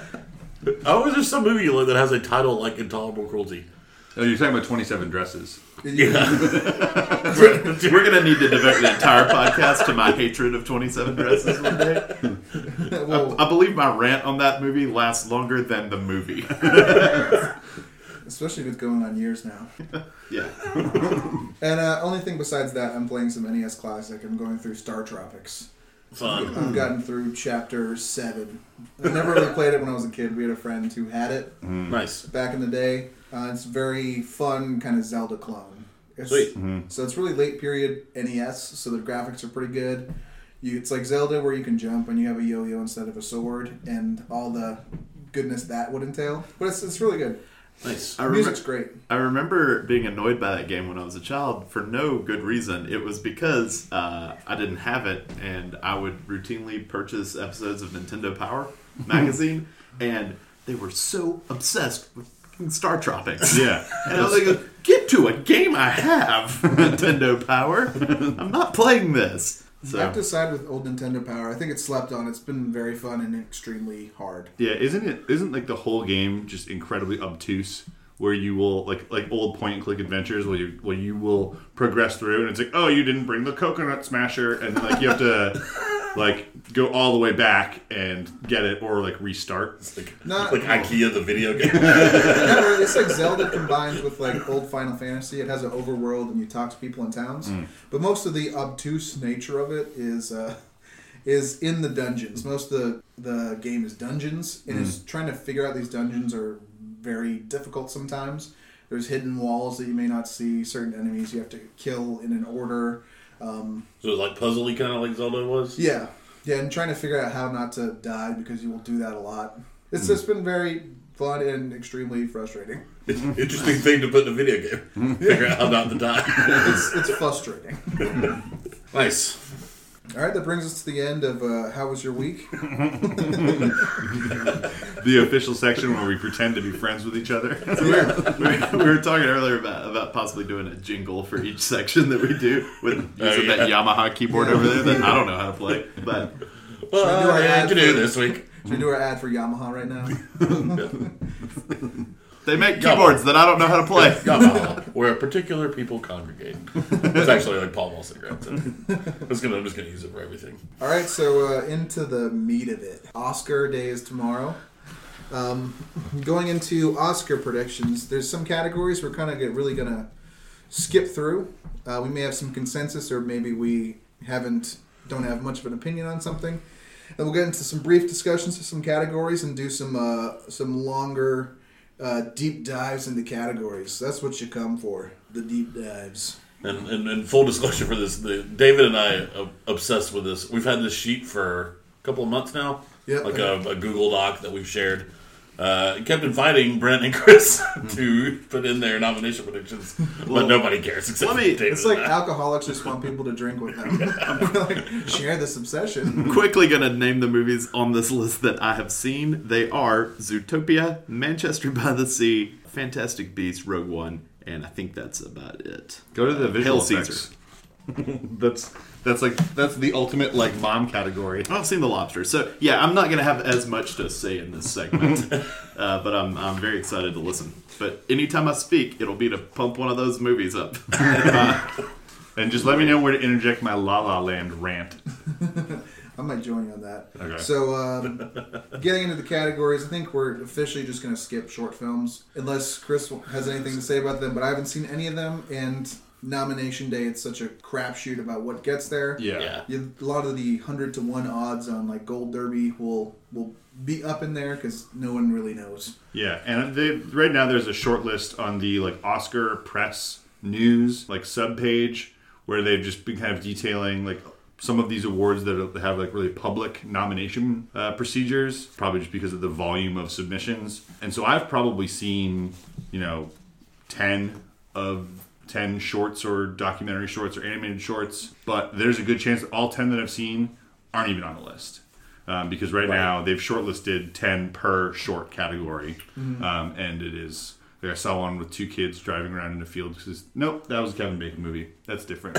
Speaker 2: out.
Speaker 3: Oh, is there some movie you like that has a title like Intolerable Cruelty?
Speaker 2: oh, you're talking about 27 dresses.
Speaker 4: We're gonna need to devote an entire podcast to my hatred of Twenty Seven Dresses one day.
Speaker 1: well,
Speaker 4: I believe my rant on that movie lasts longer than the movie.
Speaker 1: especially if it's going on years now.
Speaker 4: yeah,
Speaker 1: E And uh, only thing besides that, I'm playing some NES Classic. I'm going through Star Tropics.
Speaker 3: Fun.
Speaker 1: I've gotten through chapter seven. I never really played it when I was a kid. We had a friend who had it
Speaker 3: Nice.
Speaker 1: back in the day. Uh, it's very fun, kind of Zelda clone. It's,
Speaker 3: Sweet.
Speaker 1: So it's really late period NES. So the graphics are pretty good. You, it's like Zelda where you can jump and you have a yo-yo instead of a sword and all the goodness that would entail. But it's, it's really good.
Speaker 3: Nice.
Speaker 4: I remember,
Speaker 1: Music's great.
Speaker 4: I remember being annoyed by that game when I was a child for no good reason. It was because uh, I didn't have it, and I would routinely purchase episodes of Nintendo Power magazine, and they were so obsessed with fucking Star Tropics.
Speaker 2: Yeah.
Speaker 4: And I was like, get to a game I have, Nintendo Power. I'm not playing this.
Speaker 1: I have
Speaker 4: So,
Speaker 1: to side with old Nintendo Power. I think it's slept on. It's been very fun and extremely hard.
Speaker 2: Yeah, isn't it? Isn't like the whole game just incredibly obtuse? Where you will like like old point and click adventures, where you where you will progress through, and it's like, oh, you didn't bring the coconut smasher, and like you have to like go all the way back and get it, or like restart.
Speaker 3: It's like,
Speaker 1: Not-
Speaker 3: like IKEA, the video game.
Speaker 1: Never- it's like Zelda combined with like old Final Fantasy. It has an overworld and you talk to people in towns. But most of the obtuse nature of it is uh, is in the dungeons. Most of the the game is dungeons, and it's trying to figure out these dungeons are very difficult sometimes. There's hidden walls that you may not see. Certain enemies you have to kill in an order. Um,
Speaker 3: so it's like puzzly, kind of like Zelda was.
Speaker 1: yeah, yeah, and trying to figure out how not to die because you will do that a lot. It's just been very fun and extremely frustrating.
Speaker 3: It's an interesting thing to put in a video game. Figure out how not to die.
Speaker 1: It's it's frustrating.
Speaker 3: nice.
Speaker 1: All right, that brings us to the end of uh, how was your week?
Speaker 2: The official section where we pretend to be friends with each other.
Speaker 1: Yeah.
Speaker 4: we we were talking earlier about, about possibly doing a jingle for each section that we do with using
Speaker 2: Oh,
Speaker 3: yeah.
Speaker 4: that Yamaha keyboard over there that I don't know how to play. But
Speaker 3: Well,
Speaker 1: I do our
Speaker 3: I
Speaker 1: ad
Speaker 3: to do
Speaker 1: for-
Speaker 3: this week.
Speaker 1: Should we do our ad for Yamaha right now?
Speaker 4: They make
Speaker 3: Come
Speaker 4: keyboards that I don't know how to play.
Speaker 3: Yamaha, uh, where particular people congregate. It's actually like Paul Wall cigarettes. That's gonna, I'm just going to use it for everything.
Speaker 1: All right, so uh, into the meat of it. Oscar day is tomorrow. Um, going into Oscar predictions, there's some categories we're kind of get really gonna skip through. Uh, we may have some consensus, or maybe we haven't don't have much of an opinion on something. And we'll get into some brief discussions of some categories and do some uh, some longer uh, deep dives into categories. That's what you come for, the deep dives.
Speaker 3: And, and, and full disclosure for this, the, David and I are obsessed with this. We've had this sheet for a couple of months now,
Speaker 1: Yeah.
Speaker 3: like a, a Google Doc that we've shared. Uh, it kept inviting Brent and Chris
Speaker 1: Hmm.
Speaker 3: to put in their nomination predictions, but nobody cares except
Speaker 4: let me-
Speaker 3: David.
Speaker 1: It's like
Speaker 3: and I.
Speaker 1: alcoholics just want people to drink with them. like, share this obsession.
Speaker 4: Quickly gonna name the movies on this list that I have seen. They are Zootopia, Manchester by the Sea, Fantastic Beasts, Rogue One, and I think that's about it. Uh,
Speaker 2: Go to the visual
Speaker 4: Hail
Speaker 2: effects. that's that's like that's the ultimate like mom category.
Speaker 4: I've seen The Lobster, so yeah, I'm not gonna have as much to say in this segment, uh, but I'm I'm very excited to listen. But anytime I speak, it'll be to pump one of those movies up.
Speaker 2: And just let me know where to interject my La La Land rant.
Speaker 1: I might join you on that.
Speaker 2: Okay.
Speaker 1: So, um, getting into the categories, I think we're officially just going to skip short films, unless Chris has anything to say about them. But I haven't seen any of them, and nomination day, it's such a crapshoot about what gets there.
Speaker 3: yeah.
Speaker 1: You, a lot of the hundred to one odds on like Gold Derby will will be up in there because no one really knows.
Speaker 2: Yeah, and they, right now there's a short list on the like Oscar press news like sub page where they've just been kind of detailing like some of these awards that have like really public nomination uh, procedures, probably just because of the volume of submissions. And so I've probably seen you know ten of 10 shorts or documentary shorts or animated shorts, but there's a good chance that all 10 that I've seen aren't even on the list. Um, because right, now they've shortlisted 10 per short category. Um, and it is, like I saw one with two kids driving around in a field. Because, nope, that was a Kevin Bacon movie. That's different.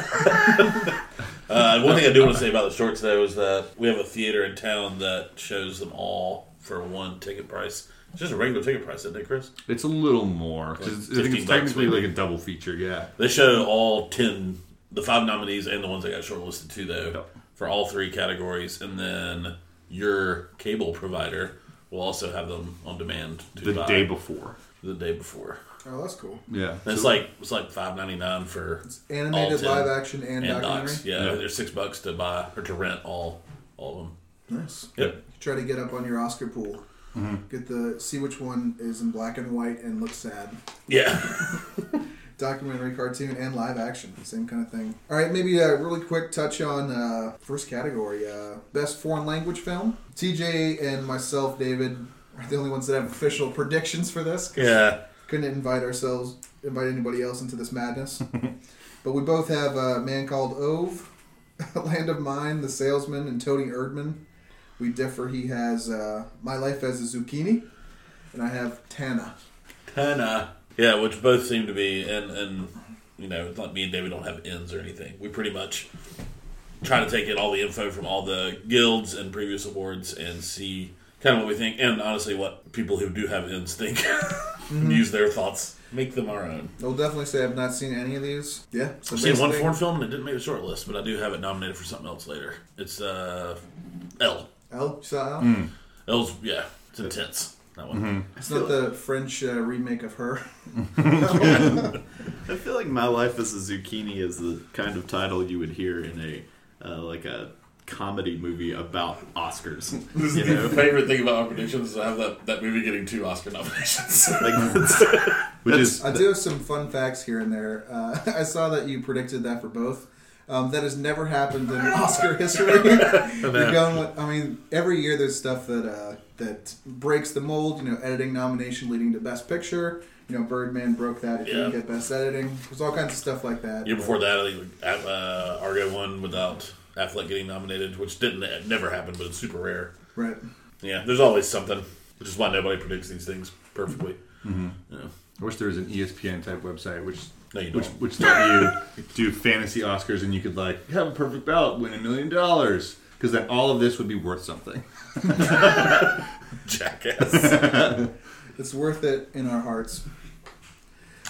Speaker 3: Uh, one thing I do want to say about the shorts though is that we have a theater in town that shows them all for one ticket price. It's just a regular ticket price, isn't it, Chris?
Speaker 2: it's a little more. Because I
Speaker 3: 15
Speaker 2: think
Speaker 3: bucks
Speaker 2: it's technically
Speaker 3: maybe.
Speaker 2: like a double feature, yeah.
Speaker 3: They show all ten, the five nominees and the ones that got shortlisted too, though,
Speaker 2: Yep.
Speaker 3: for all three categories, and then your cable provider will also have them on demand to
Speaker 2: The
Speaker 3: buy
Speaker 2: day before.
Speaker 3: the day before.
Speaker 1: Oh, that's cool.
Speaker 2: Yeah.
Speaker 3: And it's like it's like five ninety nine for
Speaker 1: Animated,
Speaker 3: all 10
Speaker 1: live action, and,
Speaker 3: and
Speaker 1: documentary.
Speaker 3: docs. Yeah,
Speaker 2: Yeah.
Speaker 3: there's six bucks to buy or to rent all all of them.
Speaker 1: Nice.
Speaker 3: Yep.
Speaker 1: Try to get up on your Oscar pool. Get the see which one is in black and white and looks sad.
Speaker 3: Yeah.
Speaker 1: Documentary, cartoon, and live action, same kind of thing. All right, maybe a really quick touch on uh, first category, uh, best foreign language film. TJ and myself, David, are the only ones that have official predictions for this. 'cause
Speaker 3: yeah.
Speaker 1: couldn't invite ourselves, invite anybody else into this madness. but we both have a man called Ove, Land of Mine, The Salesman, and Tony Erdman. We differ. He has uh, My Life as a Zucchini, and I have Tana.
Speaker 3: Tana. Yeah, which both seem to be, and and you know, it's not me and David don't have ends or anything. We pretty much try to take in all the info from all the guilds and previous awards and see kind of what we think, and honestly, what people who do have ends think. and Use their thoughts, Mm-hmm. make them our own.
Speaker 1: I'll definitely say I've not seen any of these. Yeah, so
Speaker 3: I've seen one
Speaker 1: basically-
Speaker 3: foreign film and it didn't make a short list, but I do have it nominated for something else later. It's uh, L.
Speaker 1: Al, you saw Al?
Speaker 3: L's yeah, it's intense. That one.
Speaker 1: It's not the French uh, remake of her.
Speaker 4: I feel like My Life as a Zucchini is the kind of title you would hear in a uh, like a comedy movie about Oscars.
Speaker 3: This
Speaker 4: you
Speaker 3: is
Speaker 4: know,
Speaker 3: the favorite thing about my predictions is I have that, that movie getting two Oscar nominations.
Speaker 4: like that's-
Speaker 2: Which is
Speaker 1: I do have some fun facts here and there. Uh, I saw that you predicted that for both. Um, that has never happened in Oscar history. You're going with, I mean, every year there's stuff that uh, that breaks the mold. You know, editing nomination leading to Best Picture. You know, Birdman broke that. It didn't
Speaker 3: Yeah.
Speaker 1: get Best Editing. There's all kinds of stuff like that.
Speaker 3: Year before that, I think uh, Argo won without Affleck getting nominated, which didn't it never happened, but it's super rare.
Speaker 1: Right.
Speaker 3: Yeah, there's always something, which is why nobody predicts these things perfectly.
Speaker 2: Mm-hmm.
Speaker 3: Yeah.
Speaker 2: I wish there was an E ESPN type website which
Speaker 3: No, you
Speaker 2: which
Speaker 3: don't.
Speaker 2: which let you do fantasy Oscars and you could like have a perfect ballot, win a million dollars, because then all of this would be worth something.
Speaker 3: Jackass.
Speaker 1: It's worth it in our hearts.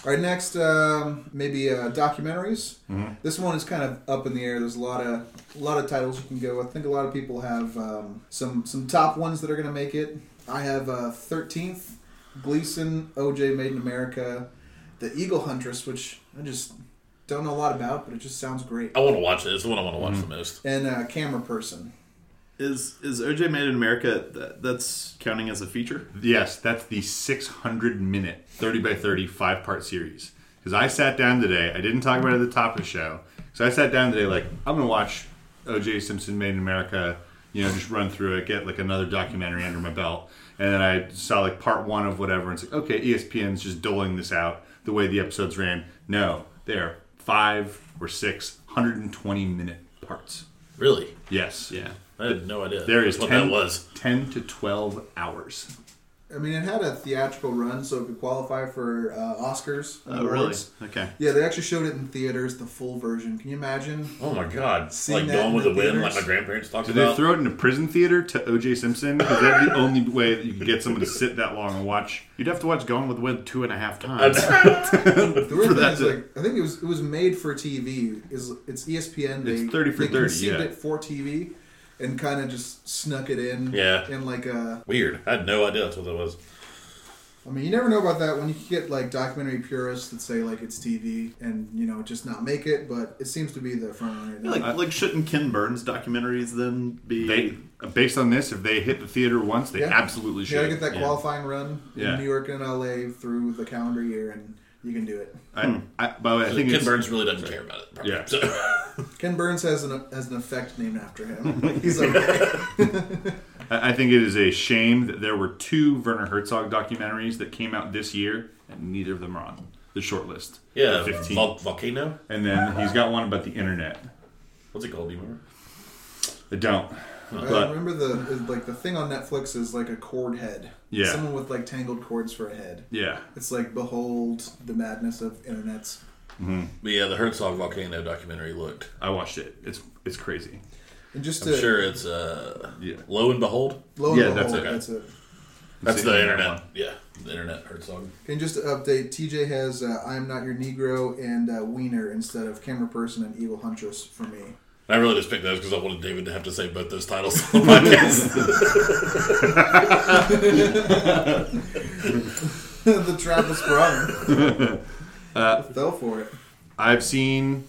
Speaker 1: All right, next um, maybe uh, documentaries.
Speaker 4: Mm-hmm.
Speaker 1: This one is kind of up in the air. There's a lot of a lot of titles you can go. I think a lot of people have um, some some top ones that are going to make it. I have uh, Thirteenth, Gleason, OJ, Made in America, The Eagle Huntress, which I just don't know a lot about, but it just sounds great.
Speaker 3: I want to watch it. It's the one I want to watch
Speaker 2: Mm-hmm.
Speaker 3: the most.
Speaker 1: And uh, Camera Person.
Speaker 4: is is OJ Made in America? That, that's counting as a feature.
Speaker 2: Yes, that's the 600 minute 30 by 30 five part series. Because I sat down today, I didn't talk about it at the top of the show. So I sat down today, like, I'm going to watch OJ Simpson Made in America, you know, just run through it, get like another documentary under my belt. And then I saw like part one of whatever, and it's like, okay, E ESPN's just doling this out the way the episodes ran. No, they're five or six 120 minute parts.
Speaker 3: Really?
Speaker 2: Yes.
Speaker 4: Yeah,
Speaker 3: I had no idea.
Speaker 2: There is
Speaker 3: what
Speaker 2: 10,
Speaker 3: that was.
Speaker 2: 10 to 12 hours.
Speaker 1: I mean, it had a theatrical run, so it could qualify for uh, Oscars.
Speaker 4: Oh, really?
Speaker 1: awards.
Speaker 4: Okay.
Speaker 1: Yeah, they actually showed it in theaters, the full version. Can you imagine?
Speaker 3: Oh my god!
Speaker 1: Seeing
Speaker 3: like
Speaker 1: that
Speaker 3: Gone
Speaker 1: in
Speaker 3: with
Speaker 1: the
Speaker 3: the Wind, like my
Speaker 1: theaters.
Speaker 3: grandparents talked
Speaker 2: Did they
Speaker 3: about.
Speaker 2: throw it in a prison theater to O.J. Simpson? Because that's the only way that you could get someone to sit that long and watch.
Speaker 4: You'd have to watch Gone with the Wind two and a half times.
Speaker 1: The weird thing
Speaker 4: that
Speaker 1: is,
Speaker 4: to-
Speaker 1: like, I think it was it was made for TV. Is it's E ESPN? They,
Speaker 2: It's 30 for
Speaker 1: they
Speaker 2: 30,
Speaker 1: conceived
Speaker 2: yeah.
Speaker 1: it for TV, and kind of just snuck it in.
Speaker 3: Yeah.
Speaker 1: And like, a,
Speaker 3: Weird. I had no idea that's what that was.
Speaker 1: I mean, you never know about that when you get like documentary purists that say like it's TV and you know just not make it, but it seems to be the front runner. now.
Speaker 4: like, like shouldn't Ken Burns documentaries then be?
Speaker 2: They, based on this, if they hit the theater once, they
Speaker 1: Yeah.
Speaker 2: absolutely
Speaker 1: you gotta
Speaker 2: should.
Speaker 1: get that qualifying run
Speaker 2: Yeah.
Speaker 1: in New York and LA through the calendar year, and you can do it.
Speaker 2: I, I, by the way, I think
Speaker 3: Ken
Speaker 2: it's,
Speaker 3: Burns really doesn't care about it. probably.
Speaker 2: Yeah.
Speaker 3: So-
Speaker 1: Ken Burns has an has an effect named after him. He's okay.
Speaker 2: I I think it is a shame that there were two Werner Herzog documentaries that came out this year, and neither of them are on the short list.
Speaker 3: Yeah,
Speaker 2: The 15.
Speaker 3: Vol- volcano.
Speaker 2: And then he's got one about the internet.
Speaker 3: What's it called? Do you remember?
Speaker 2: I don't.
Speaker 1: I
Speaker 2: But
Speaker 1: remember the is, like the thing on Netflix is like a cord head.
Speaker 2: Yeah.
Speaker 1: Someone with like tangled cords for a head.
Speaker 2: yeah,
Speaker 1: It's like behold the madness of internets.
Speaker 3: But yeah, the Herzog volcano documentary looked.
Speaker 2: I watched it. It's it's crazy.
Speaker 1: And just
Speaker 3: I'm
Speaker 1: to
Speaker 3: sure it's uh,
Speaker 2: Yeah.
Speaker 3: Lo and Behold.
Speaker 1: lo and
Speaker 2: Yeah,
Speaker 1: behold,
Speaker 2: that's
Speaker 1: that's it.
Speaker 2: okay.
Speaker 3: That's
Speaker 2: It's
Speaker 3: the internet. Yeah, the internet Herzog.
Speaker 1: And just to update, TJ has uh, "I'm Not Your Negro" and uh, "Wiener" instead of "Camera Person" and "Evil Huntress" for me.
Speaker 3: I really just picked those because I wanted David to have to say both those titles on the podcast.
Speaker 1: the Travis Brown
Speaker 2: Uh,
Speaker 1: fell for it.
Speaker 2: I've seen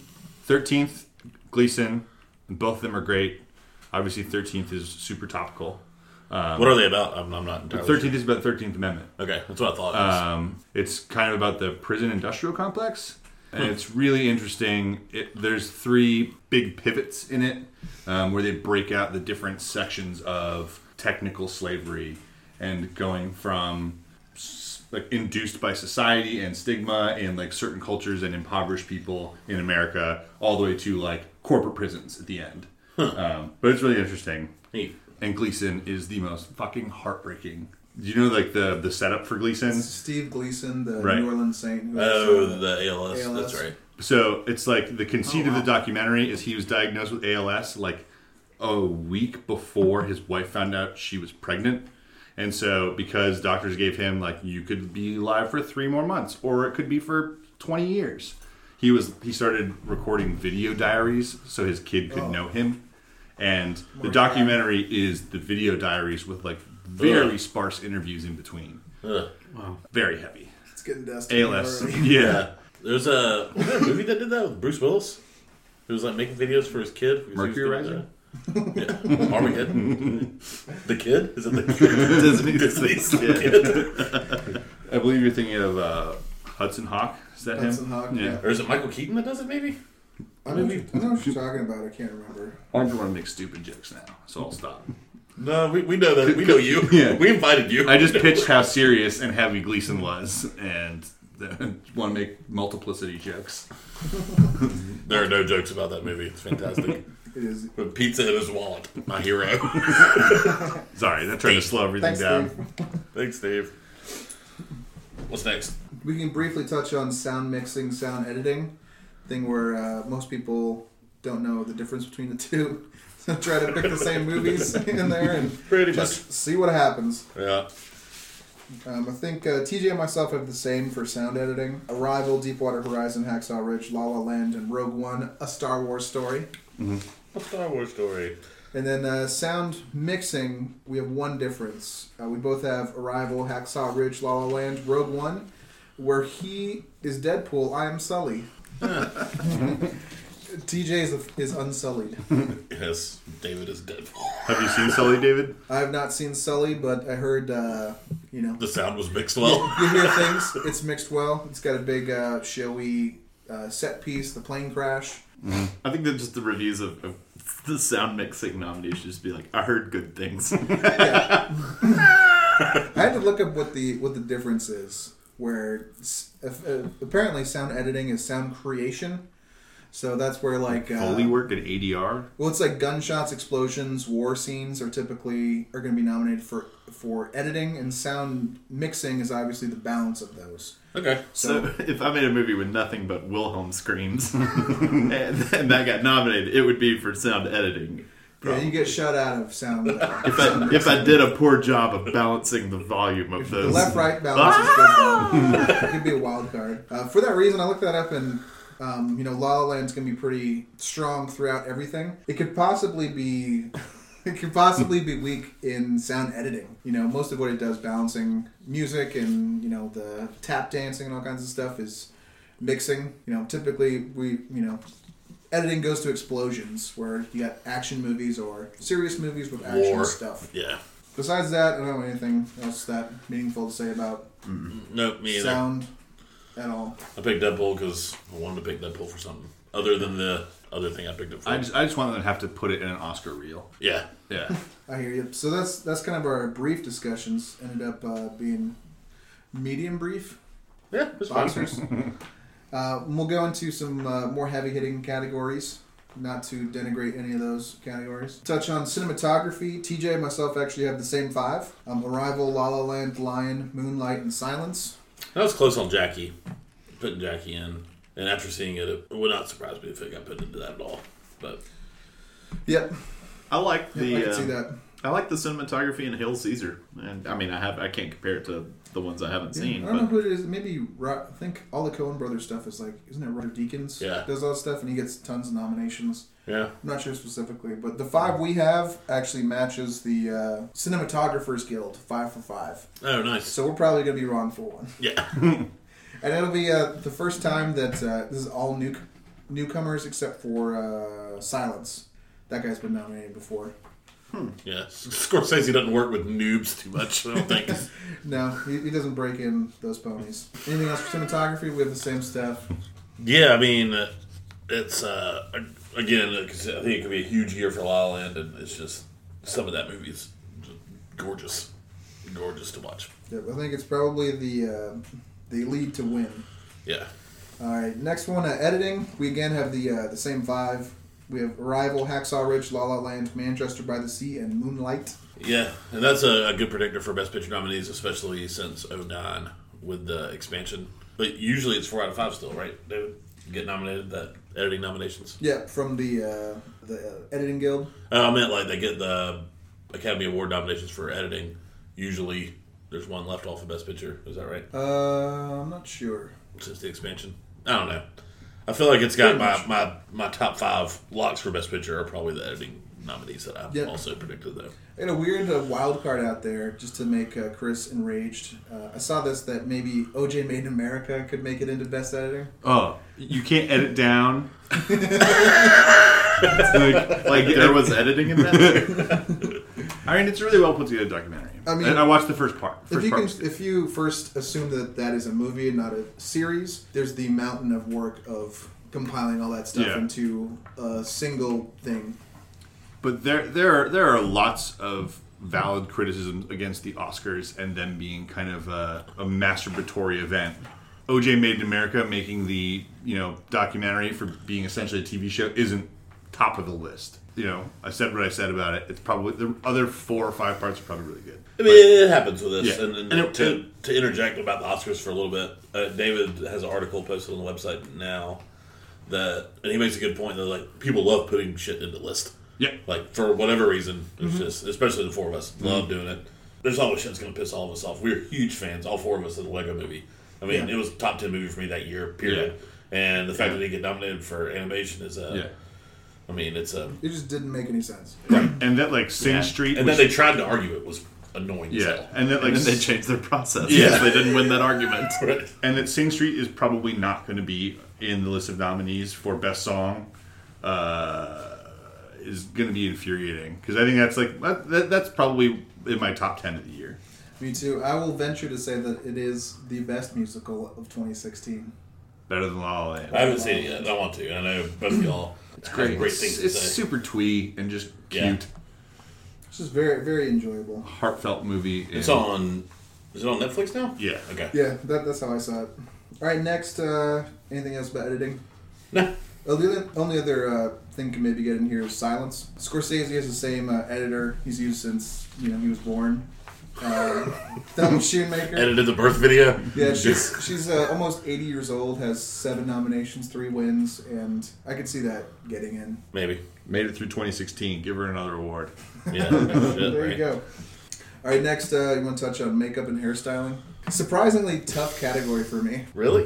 Speaker 2: 13th, Gleason, and both of them are great. Obviously, 13th is super topical.
Speaker 3: what are they about? I'm, I'm not entirely.
Speaker 2: 13th is about 13th Amendment.
Speaker 3: sure. Okay, that's what I thought. It was.
Speaker 2: Um, it's kind of about the prison industrial complex, and it's really interesting. It, there's three big pivots in it um, where they break out the different sections of technical slavery and going from s- like induced by society and stigma and like certain cultures and impoverished people in America all the way to like corporate prisons at the end. Um, but it's really interesting
Speaker 3: Neat.
Speaker 2: and Gleason is the most fucking heartbreaking. Do you know like the the setup for Gleason?
Speaker 1: Steve Gleason, the
Speaker 2: Right.
Speaker 1: New Orleans Saint. who
Speaker 3: Oh,
Speaker 1: was, uh,
Speaker 3: the ALS.
Speaker 1: ALS.
Speaker 3: That's right.
Speaker 2: So it's like the conceit
Speaker 1: Oh, wow.
Speaker 2: of the documentary is he was diagnosed with ALS like a week before his wife found out she was pregnant. And so because doctors gave him like you could be alive for 3 more months or it could be for 20 years. He was he started recording video diaries so his kid could
Speaker 1: Oh.
Speaker 2: know him. And the
Speaker 1: More
Speaker 2: documentary is the video diaries with like very
Speaker 3: Ugh.
Speaker 2: sparse interviews in between.
Speaker 3: Ugh.
Speaker 2: Very heavy.
Speaker 1: it's getting dusty.
Speaker 2: ALS.
Speaker 1: already.
Speaker 2: Yeah.
Speaker 3: Yeah. There's a, was there a movie that did that with Bruce Willis, who was like making videos for his kid. because he
Speaker 2: Mercury
Speaker 3: was doing that. Yeah. Armageddon. the kid? Is it the kid?
Speaker 4: Disney, Disney's kid.
Speaker 2: I believe you're thinking of uh, Hudson Hawk. Is that
Speaker 1: Hudson
Speaker 2: him?
Speaker 1: Hawk, yeah.
Speaker 3: Or is it Michael Keaton that does it? Maybe.
Speaker 1: I don't, know, I don't know what you're talking about. I can't remember.
Speaker 2: I just want to make stupid jokes now, so I'll stop.
Speaker 3: No, we, we know that. We know you.
Speaker 2: Yeah.
Speaker 3: We invited you.
Speaker 2: I just pitched how serious and heavy Gleason was, and want to make multiplicity jokes.
Speaker 3: There are no jokes about that movie. It's fantastic.
Speaker 1: It is.
Speaker 3: With pizza in his wallet, my hero.
Speaker 2: Sorry, that tried to slow everything
Speaker 1: Thanks,
Speaker 2: down.
Speaker 1: Steve.
Speaker 3: Thanks, Dave. What's next?
Speaker 1: We can briefly touch on sound mixing, sound editing, thing where uh, most people don't know the difference between the two. So try to pick the same movies in there and
Speaker 3: Pretty
Speaker 1: just see what happens.
Speaker 3: much. Yeah.
Speaker 1: Um, I think uh, TJ and myself have the same for sound editing. Arrival, Deepwater Horizon, Hacksaw Ridge, La La Land, and Rogue One, A Star Wars Story.
Speaker 3: A Star Wars story.
Speaker 1: And then uh, sound mixing, we have one difference. Uh, we both have Arrival, Hacksaw Ridge, La La Land, Rogue One, where he is Deadpool, I am Sully. TJ is, is unsullied.
Speaker 3: Yes, David is Deadpool.
Speaker 2: Have you seen Sully, David?
Speaker 1: I have not seen Sully, but I heard, uh, you know,
Speaker 3: The sound was mixed well.
Speaker 1: you hear things. It's mixed well. It's got a big uh, showy uh, set piece, the plane crash.
Speaker 4: I think that just the reviews of, of the sound mixing nominees should just be like, I heard good things.
Speaker 1: I had to look up what the what the difference is. Where s- if, uh, apparently sound editing is sound creation, so that's where like uh,
Speaker 2: Foley work and ADR.
Speaker 1: well, it's like gunshots, explosions, war scenes are typically are going to be nominated for for editing, and sound mixing is obviously the balance of those.
Speaker 3: okay.
Speaker 1: So
Speaker 4: So if I made a movie with nothing but Wilhelm screams and, and that got nominated, it would be for sound editing.
Speaker 1: yeah, you get shut out of sound. Uh,
Speaker 4: If I, if I did a poor job of balancing the volume of
Speaker 1: The
Speaker 4: those,
Speaker 1: left right balance is good though. it could be a wild card. Uh, for that reason, I looked that up and. Um, you know, La La Land's gonna be pretty strong throughout everything. It could possibly be, it could possibly be weak in sound editing. You know, most of what it does, balancing music and you know the tap dancing and all kinds of stuff, is mixing. You know, typically we, you know, editing goes to explosions where you got action movies or serious movies with action
Speaker 3: War.
Speaker 1: stuff.
Speaker 3: Yeah.
Speaker 1: Besides that, I don't have anything else that meaningful to say about
Speaker 3: Nope, me either.
Speaker 1: sound at all.
Speaker 3: I picked Deadpool because I wanted to pick Deadpool for something other than the other thing I picked it for.
Speaker 2: I just, I just want them to have to put it in an Oscar reel.
Speaker 3: yeah.
Speaker 2: Yeah.
Speaker 1: I hear you. So that's that's kind of our brief discussions. Ended up uh, being medium brief
Speaker 3: Yeah, it's fine.
Speaker 1: boxers. uh, and we'll go into some uh, more heavy hitting categories. Not to denigrate any of those categories. Touch on cinematography. TJ and myself actually have the same five: um, Arrival, La La Land, Lion, Moonlight, and Silence.
Speaker 3: I was close on Jackie, putting Jackie in, and after seeing it, it would not surprise me if it got put into that at all. But
Speaker 1: Yep,
Speaker 4: I like
Speaker 1: yep
Speaker 4: the
Speaker 1: I can
Speaker 4: uh,
Speaker 3: um,
Speaker 1: see that.
Speaker 4: I like the cinematography in Hail Caesar, and I mean I have I can't compare it to the ones I haven't
Speaker 1: Yeah,
Speaker 4: seen.
Speaker 1: I don't know
Speaker 4: But
Speaker 1: who it is. Maybe Ro- I think all the Coen Brothers stuff is like, isn't it Roger Deakins?
Speaker 3: Yeah.
Speaker 1: does all that stuff and he gets tons of nominations.
Speaker 3: yeah,
Speaker 1: I'm not sure specifically, but the five we have actually matches the uh, Cinematographers Guild five for five.
Speaker 3: oh nice,
Speaker 1: So we're probably gonna be wrong for one,
Speaker 3: yeah,
Speaker 1: and it'll be uh, the first time that uh, this is all new newcomers except for uh, Silence. That guy's been nominated before.
Speaker 3: Yeah, Scorsese doesn't work with noobs too much. I don't think.
Speaker 1: No, he, he doesn't break in those ponies. Anything else for cinematography? We have the same stuff.
Speaker 3: yeah, I mean, uh, it's uh, ag- again. uh, 'cause I think it could be a huge year for La La Land, and it's just some of that movie is just gorgeous, gorgeous to watch.
Speaker 1: Yep, I think it's probably the uh, the lead to win.
Speaker 3: Yeah,
Speaker 1: All right, next one, uh, editing. We again have the uh, the same five. We have Arrival, Hacksaw Ridge, La La Land, Manchester by the Sea, and Moonlight.
Speaker 3: yeah, and that's a, a good predictor for Best Picture nominees, especially since 09 with the expansion. But usually it's four out of five still, right? David You get nominated that editing nominations.
Speaker 1: Yeah, from the uh, the uh, editing guild.
Speaker 3: Uh, I meant like they get the Academy Award nominations for editing. Usually, there's one left off of Best Picture. Is that right?
Speaker 1: Uh, I'm not sure.
Speaker 3: Since the expansion, I don't know. I feel like it's got
Speaker 1: Pretty
Speaker 3: my,
Speaker 1: much.
Speaker 3: my my top five locks for Best Picture are probably the editing nominees that I
Speaker 1: Yeah.
Speaker 3: also predicted though.
Speaker 1: I got a weird uh, wild card out there just to make uh, Chris enraged. Uh, I saw this that maybe OJ Made in America could make it into best editing.
Speaker 2: Oh, you can't edit down. like,
Speaker 4: Like there was editing in that.
Speaker 2: I mean, it's a really well put together documentary.
Speaker 1: I mean-
Speaker 2: and I watched the first part. First
Speaker 1: If you
Speaker 2: part
Speaker 1: can,
Speaker 2: was good.
Speaker 1: if you first assume that that is a movie and not a series, there's the mountain of work of compiling all that stuff
Speaker 2: Yeah.
Speaker 1: into a single thing.
Speaker 2: but there, there, are, there are lots of valid criticisms against the Oscars and them being kind of a, a masturbatory event. OJ Made in America making the you know documentary for being essentially a TV show isn't top of the list. You know, I said what I said about it. It's probably the other four or five parts are probably really good.
Speaker 3: I mean, it happens with this.
Speaker 2: Yeah.
Speaker 3: And, and
Speaker 2: And it-
Speaker 3: to, to interject about the Oscars for a little bit, uh, David has an article posted on the website now that, and he makes a good point that like people love putting shit into list.
Speaker 2: Yeah.
Speaker 3: Like for whatever reason, it's just especially the four of us love doing it. There's always shit's gonna piss all of us off. We're huge fans, all four of us, of the Lego Movie. I mean,
Speaker 1: Yeah.
Speaker 3: it was a top ten movie for me that year. Period. And the fact
Speaker 2: Yeah.
Speaker 3: that he get nominated for animation is, uh, I mean, it's a.
Speaker 1: It just didn't make any sense.
Speaker 2: and that like Sin Street,
Speaker 3: And
Speaker 2: which-
Speaker 3: then they tried to argue it was annoying. as
Speaker 2: yeah,
Speaker 3: hell.
Speaker 2: and that like
Speaker 4: And then they changed their process.
Speaker 3: Yeah.
Speaker 4: because they didn't win that argument.
Speaker 3: Right.
Speaker 2: and that Sing Street is probably not going to be in the list of nominees for best song uh, is going to be infuriating because I think that's like that, that, that's probably in my top ten of the year.
Speaker 1: Me too. I will venture to say that it is the best musical of 2016.
Speaker 2: Better than La La
Speaker 3: I
Speaker 2: Land.
Speaker 3: haven't seen it yet. I want to. I know both of y'all. It's great. Great things
Speaker 2: It's,
Speaker 3: to
Speaker 2: it's
Speaker 3: say.
Speaker 2: super twee and just cute,
Speaker 3: Yeah.
Speaker 1: It's just very, very enjoyable.
Speaker 2: heartfelt movie. and-
Speaker 3: It's on. Is it on Netflix now?
Speaker 2: Yeah.
Speaker 3: Okay.
Speaker 1: Yeah, that, that's how I saw it. All right, next, uh, anything else about editing?
Speaker 3: No.
Speaker 1: Oh, the other- only other uh, thing can maybe get in here is silence. Scorsese has the same uh, editor he's used since you know he was born. Uh, Thelma Schoonmaker.
Speaker 3: Edited the birth video.
Speaker 1: Yeah, she's she's uh, almost 80 years old, has seven nominations, three wins, and I could see that getting in.
Speaker 3: Maybe.
Speaker 2: Made it through 2016. Give her another award.
Speaker 3: Yeah.
Speaker 1: There you go. All right, next, uh, you want to touch on makeup and hairstyling? Surprisingly tough category for me.
Speaker 3: Really?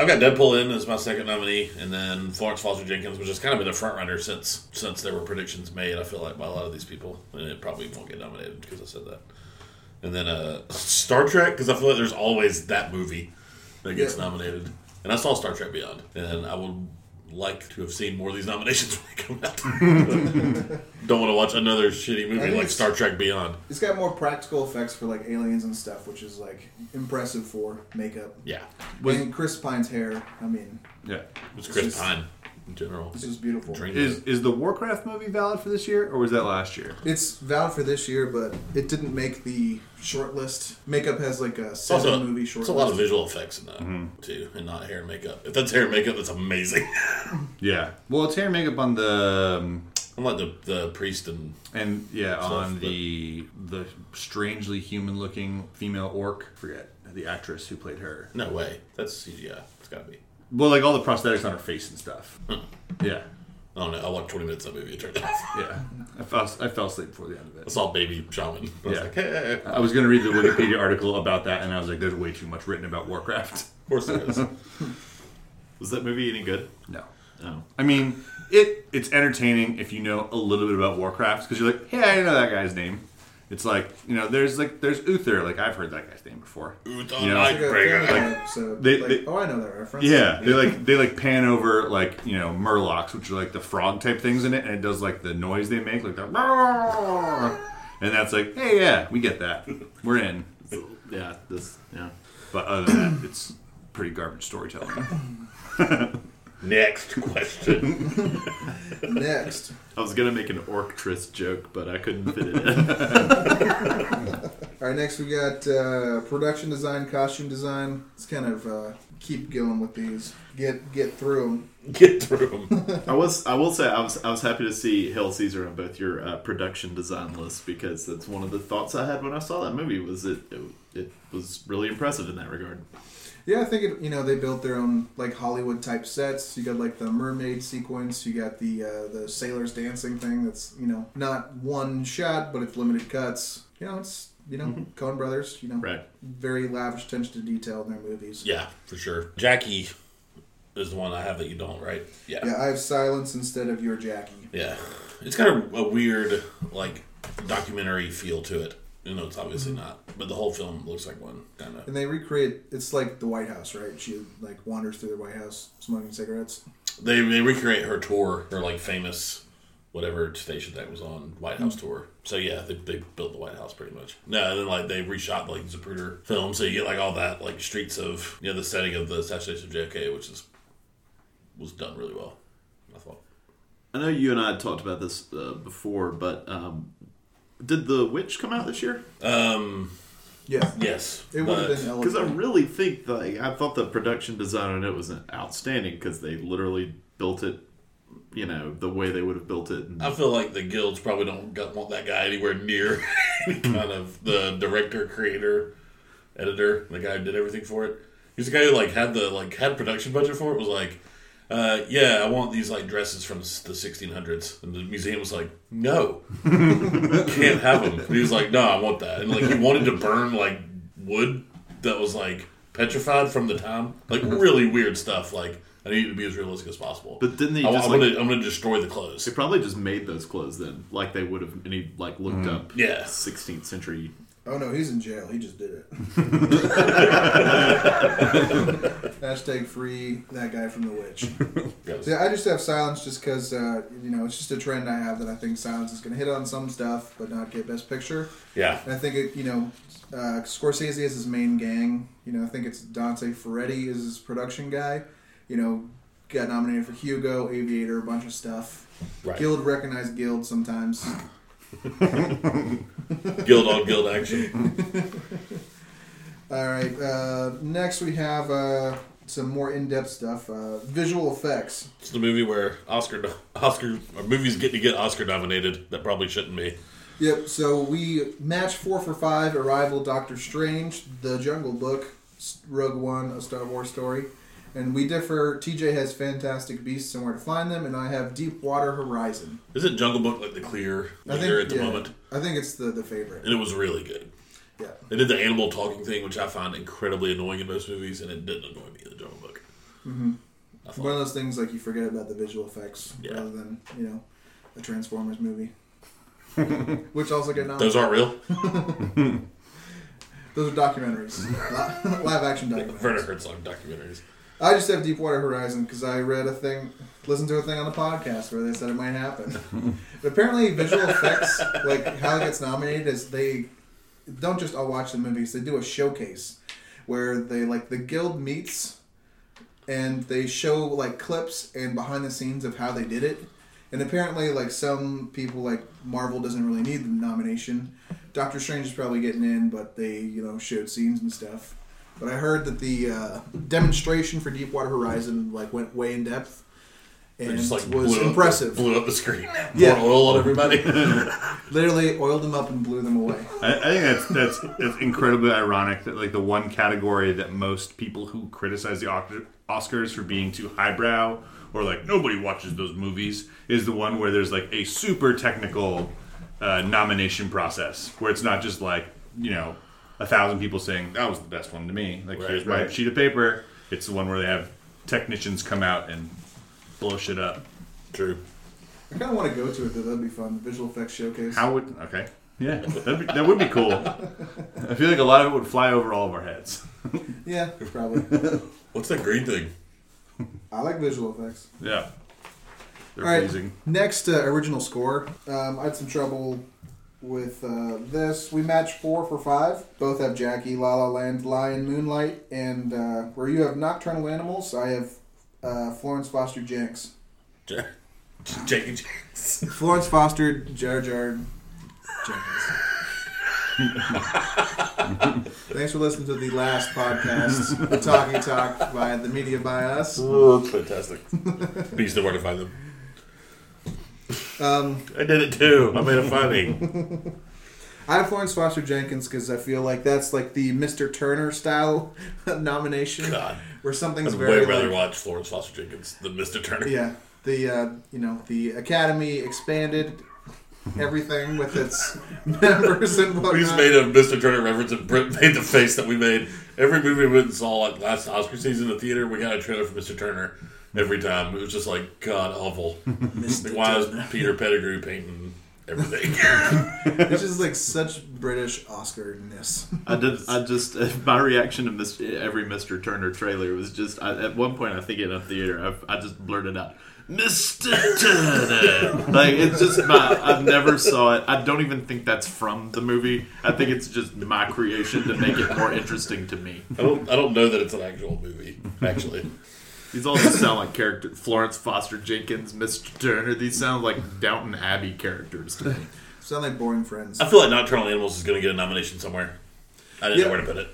Speaker 3: I've got Deadpool in as my second nominee, and then Florence Foster Jenkins, which has kind of been a front runner since since there were predictions made. I feel like by a lot of these people, and it probably won't get nominated because I said that. And then uh, Star Trek, because I feel like there's always that movie that gets
Speaker 1: Yeah.
Speaker 3: nominated. And I saw Star Trek Beyond, and I would like to have seen more of these nominations when they come out. Don't want to watch another shitty
Speaker 1: I
Speaker 3: movie
Speaker 1: think
Speaker 3: like
Speaker 1: it's-
Speaker 3: Star Trek Beyond.
Speaker 1: It's got more practical effects for like aliens and stuff, which is like impressive for makeup.
Speaker 3: Yeah,
Speaker 2: Was-
Speaker 1: and Chris Pine's hair, I mean,
Speaker 2: Yeah.
Speaker 3: it's Chris
Speaker 1: It's just-
Speaker 3: Pine in general.
Speaker 1: this is beautiful.
Speaker 3: Dream
Speaker 2: Is is the Warcraft movie valid for this year or was that last year?
Speaker 1: It's valid for this year, but it didn't make the short list. Makeup has like a
Speaker 3: It's
Speaker 1: seven
Speaker 3: also,
Speaker 1: movie short
Speaker 3: it's a
Speaker 1: list.
Speaker 3: lot of visual effects in that too, and not hair and makeup. If that's hair and makeup, that's amazing.
Speaker 2: Yeah. Well, it's hair and makeup on the um,
Speaker 3: I'm like the, the priest and
Speaker 2: And yeah,
Speaker 3: Stuff,
Speaker 2: on
Speaker 3: but-
Speaker 2: the the strangely human looking female orc, forget the actress who played her.
Speaker 3: no way, that's CGI. It's gotta be.
Speaker 2: Well, like all the prosthetics on her face and stuff. Yeah,
Speaker 3: I don't know. I watched 20 minutes of that movie. It turned off.
Speaker 2: yeah. I fell I fell asleep before the end of
Speaker 3: I
Speaker 2: it.
Speaker 3: saw baby shaman. I was
Speaker 2: Yeah.
Speaker 3: like, hey,
Speaker 2: I was gonna read the Wikipedia article about that, and I was like, "There's way too much written about Warcraft."
Speaker 3: of course there is.
Speaker 4: Was that movie any good?
Speaker 2: No,
Speaker 4: No.
Speaker 2: I mean it. It's entertaining if you know a little bit about Warcraft because you're like, "Hey, I know that guy's name," It's like you know, there's like there's Uther. Like I've heard that guy's name before.
Speaker 3: Uther
Speaker 2: Yeah.
Speaker 1: Like a
Speaker 3: Nightbringer.
Speaker 1: family episode.
Speaker 2: they-
Speaker 1: Like,
Speaker 2: they-
Speaker 1: oh, I know that reference.
Speaker 2: Yeah, they like they like pan over like you know murlocs, which are like the frog type things in it, and it does like the noise they make, like the and that's like, hey, yeah, we get that, we're in.
Speaker 4: Yeah, this. Yeah.
Speaker 2: But other than that, it's pretty garbage storytelling.
Speaker 3: Next question.
Speaker 1: Next.
Speaker 4: I was gonna make an orctress joke, but I couldn't fit it in.
Speaker 1: All right, next we got uh, production design, costume design. Let's kind of uh, keep going with these. Get get through 'em.
Speaker 3: Get through them.
Speaker 4: I was, I will say, I was, I was happy to see Hail Caesar on both your uh, production design list because that's one of the thoughts I had when I saw that movie. Was it, it, it was really impressive in that regard.
Speaker 1: Yeah, I think it, you know they built their own like Hollywood type sets. You got like the mermaid sequence. You got the uh, the sailors dancing thing. That's you know not one shot, but it's limited cuts. You know, it's you know
Speaker 3: Mm-hmm.
Speaker 1: Coen Brothers. You know,
Speaker 4: Right.
Speaker 1: very lavish attention to detail in their movies.
Speaker 3: Yeah, for sure. Jackie is the one I have that you don't, right? Yeah.
Speaker 1: Yeah, I have silence instead of your Jackie.
Speaker 3: Yeah, it's got a, a weird like documentary feel to it. You know, it's obviously not, but the whole film looks like one kind of.
Speaker 1: And they recreate. It's like the White House, right? She like wanders through the White House smoking cigarettes.
Speaker 3: They they recreate her tour, her like famous whatever station that was on White
Speaker 1: Hmm.
Speaker 3: House tour. So yeah, they, they built the White House pretty much. No, and then like they reshot like Zapruder film, so you get like all that like streets of you know the setting of the assassination of JFK, which is was done really well. I thought.
Speaker 4: I know you and I had talked about this uh, before, but um, did The Witch come out this year?
Speaker 3: Um,
Speaker 1: Yeah,
Speaker 3: yes,
Speaker 1: it would have
Speaker 3: but-
Speaker 1: been
Speaker 4: Because I
Speaker 1: elevated.
Speaker 4: really think like I thought the production design on it was outstanding because they literally built it, you know, the way they would have built it. And,
Speaker 3: I feel like the guilds probably don't got- want that guy anywhere near any
Speaker 4: Hmm.
Speaker 3: kind of the director, creator, editor, the guy who did everything for it. He's the guy who like had the like had production budget for it. Was like, uh, yeah, I want these like dresses from s- the 1600s, and the museum was like, no, can't have them. And he was like, no, I want that, and like he wanted to burn like wood that was like petrified from the time, like really weird stuff. Like I need it to be as realistic as possible.
Speaker 4: Hmm. But didn't they
Speaker 3: I,
Speaker 4: just,
Speaker 3: am
Speaker 4: like-
Speaker 3: gonna I'm gonna destroy the clothes.
Speaker 4: they probably just made those clothes then, like they would have. And he like looked
Speaker 3: Mm.
Speaker 4: up,
Speaker 3: Yeah.
Speaker 4: 16th century.
Speaker 1: oh no, he's in jail. He just did it. Hashtag free that guy from the witch.
Speaker 3: Yes.
Speaker 1: Yeah, I just have silence just because uh, you know it's just a trend I have that I think silence is going to hit on some stuff but not get best picture.
Speaker 3: Yeah.
Speaker 1: And I think it, you know, uh, Scorsese is his main gang. You know, I think it's Dante Ferretti is his production guy. You know, got nominated for Hugo, Aviator, a bunch of stuff.
Speaker 3: Right.
Speaker 1: Guild recognized Guild sometimes.
Speaker 3: Guild on guild action.
Speaker 1: All right. Uh, next we have uh, some more in-depth stuff. Uh, visual effects.
Speaker 3: It's the movie where Oscar Oscar or movies get to get Oscar nominated that probably shouldn't be.
Speaker 1: Yep. So we match four for five. Arrival, Doctor Strange, The Jungle Book, S- Rogue One, A Star Wars Story, and we differ. TJ has Fantastic Beasts and Where to Find Them, and I have Deep Water Horizon.
Speaker 3: Isn't Jungle Book like the clear
Speaker 1: I
Speaker 3: leader at the
Speaker 1: yeah,
Speaker 3: moment?
Speaker 1: I think it's the the favorite.
Speaker 3: And it was really good.
Speaker 1: Yeah.
Speaker 3: They did the animal talking thing, which I find incredibly annoying in most movies, and it didn't annoy me in the Jungle Book.
Speaker 1: One of those things like you forget about the visual effects
Speaker 3: Yeah.
Speaker 1: rather than you know a Transformers movie, which also get nominated.
Speaker 3: Those aren't real.
Speaker 1: Those are documentaries, Li- live action
Speaker 3: Werner
Speaker 1: documentaries.
Speaker 3: Herzog documentaries.
Speaker 1: I just have Deepwater Horizon because I read a thing, listened to a thing on the podcast where they said it might happen. but apparently, visual effects, like how it gets nominated, is they don't just all watch the movies. They do a showcase where they like the guild meets and they show like clips and behind the scenes of how they did it. And apparently, like some people, like Marvel doesn't really need the nomination. Doctor Strange is probably getting in, but they you know showed scenes and stuff. But I heard that the uh, demonstration for Deepwater Horizon like went way in depth
Speaker 3: They
Speaker 1: and
Speaker 3: just like
Speaker 1: was
Speaker 3: blew up-
Speaker 1: impressive.
Speaker 3: blew up the screen.
Speaker 1: Yeah.
Speaker 3: Poured oil on everybody.
Speaker 1: Literally oiled them up and blew them away.
Speaker 2: I, I think that's, that's that's incredibly ironic that like the one category that most people who criticize the Oc- Oscars for being too highbrow or like nobody watches those movies is the one where there's like a super technical uh, nomination process where it's not just like you know a thousand people saying that was the best one to me like
Speaker 3: Right,
Speaker 2: here's my
Speaker 4: right.
Speaker 2: sheet of paper it's the one where they have technicians come out and blow shit up
Speaker 3: True.
Speaker 1: I kind of want to go to it though. That'd be fun. The visual effects showcase.
Speaker 2: how would okay Yeah, that'd be, that would be cool. I feel like a lot of it would fly over all of our heads.
Speaker 1: Yeah, probably.
Speaker 3: What's that green thing?
Speaker 1: I like visual effects.
Speaker 2: Yeah, they're
Speaker 1: All right.
Speaker 2: amazing.
Speaker 1: Next, uh, original score. Um, I had some trouble with uh, this. We match four for five. Both have Jackie, La La Land, Lion, Moonlight, and uh, where you have Nocturnal Animals, I have uh, Florence Foster Jenks.
Speaker 3: Ja- Jackie Jacks.
Speaker 1: Florence Foster Jar Jar Jenkins. Thanks for listening to the last podcast, The Talking Talk by the Media by Us.
Speaker 3: Oh, that's fantastic. Please know where to find them.
Speaker 1: Um,
Speaker 3: I did it too. I made a finding.
Speaker 1: I have Florence Foster Jenkins because I feel like that's like the Mr. Turner style nomination,
Speaker 3: God.
Speaker 1: where something's
Speaker 3: I'd way
Speaker 1: very
Speaker 3: rather
Speaker 1: like-
Speaker 3: watch Florence Foster Jenkins than Mr. Turner.
Speaker 1: yeah, the uh, you know the Academy expanded everything with its members and whatnot.
Speaker 3: We just made a Mr. Turner reference and Britt made the face that we made. Every movie we went and saw like last Oscar season in the theater, we got a trailer for Mr. Turner every time. It was just like God awful. Like, Why is Peter Pettigrew painting everything?
Speaker 1: This is like such British Oscar-ness.
Speaker 4: I did. I just my reaction to mis- every Mister Turner trailer was just I, at one point I think in a theater I, I just blurted out Mister Turner. like it's just my I've never saw it. I don't even think that's from the movie. I think it's just my creation to make it more interesting to me.
Speaker 3: I don't I don't know that it's an actual movie, actually.
Speaker 4: These all just sound like character Florence Foster Jenkins, Mister Turner. These sound like Downton Abbey characters to me.
Speaker 1: Sound like boring friends.
Speaker 3: I feel like Nocturnal Animals is gonna get a nomination somewhere. I didn't
Speaker 1: Yeah.
Speaker 3: know where to put it.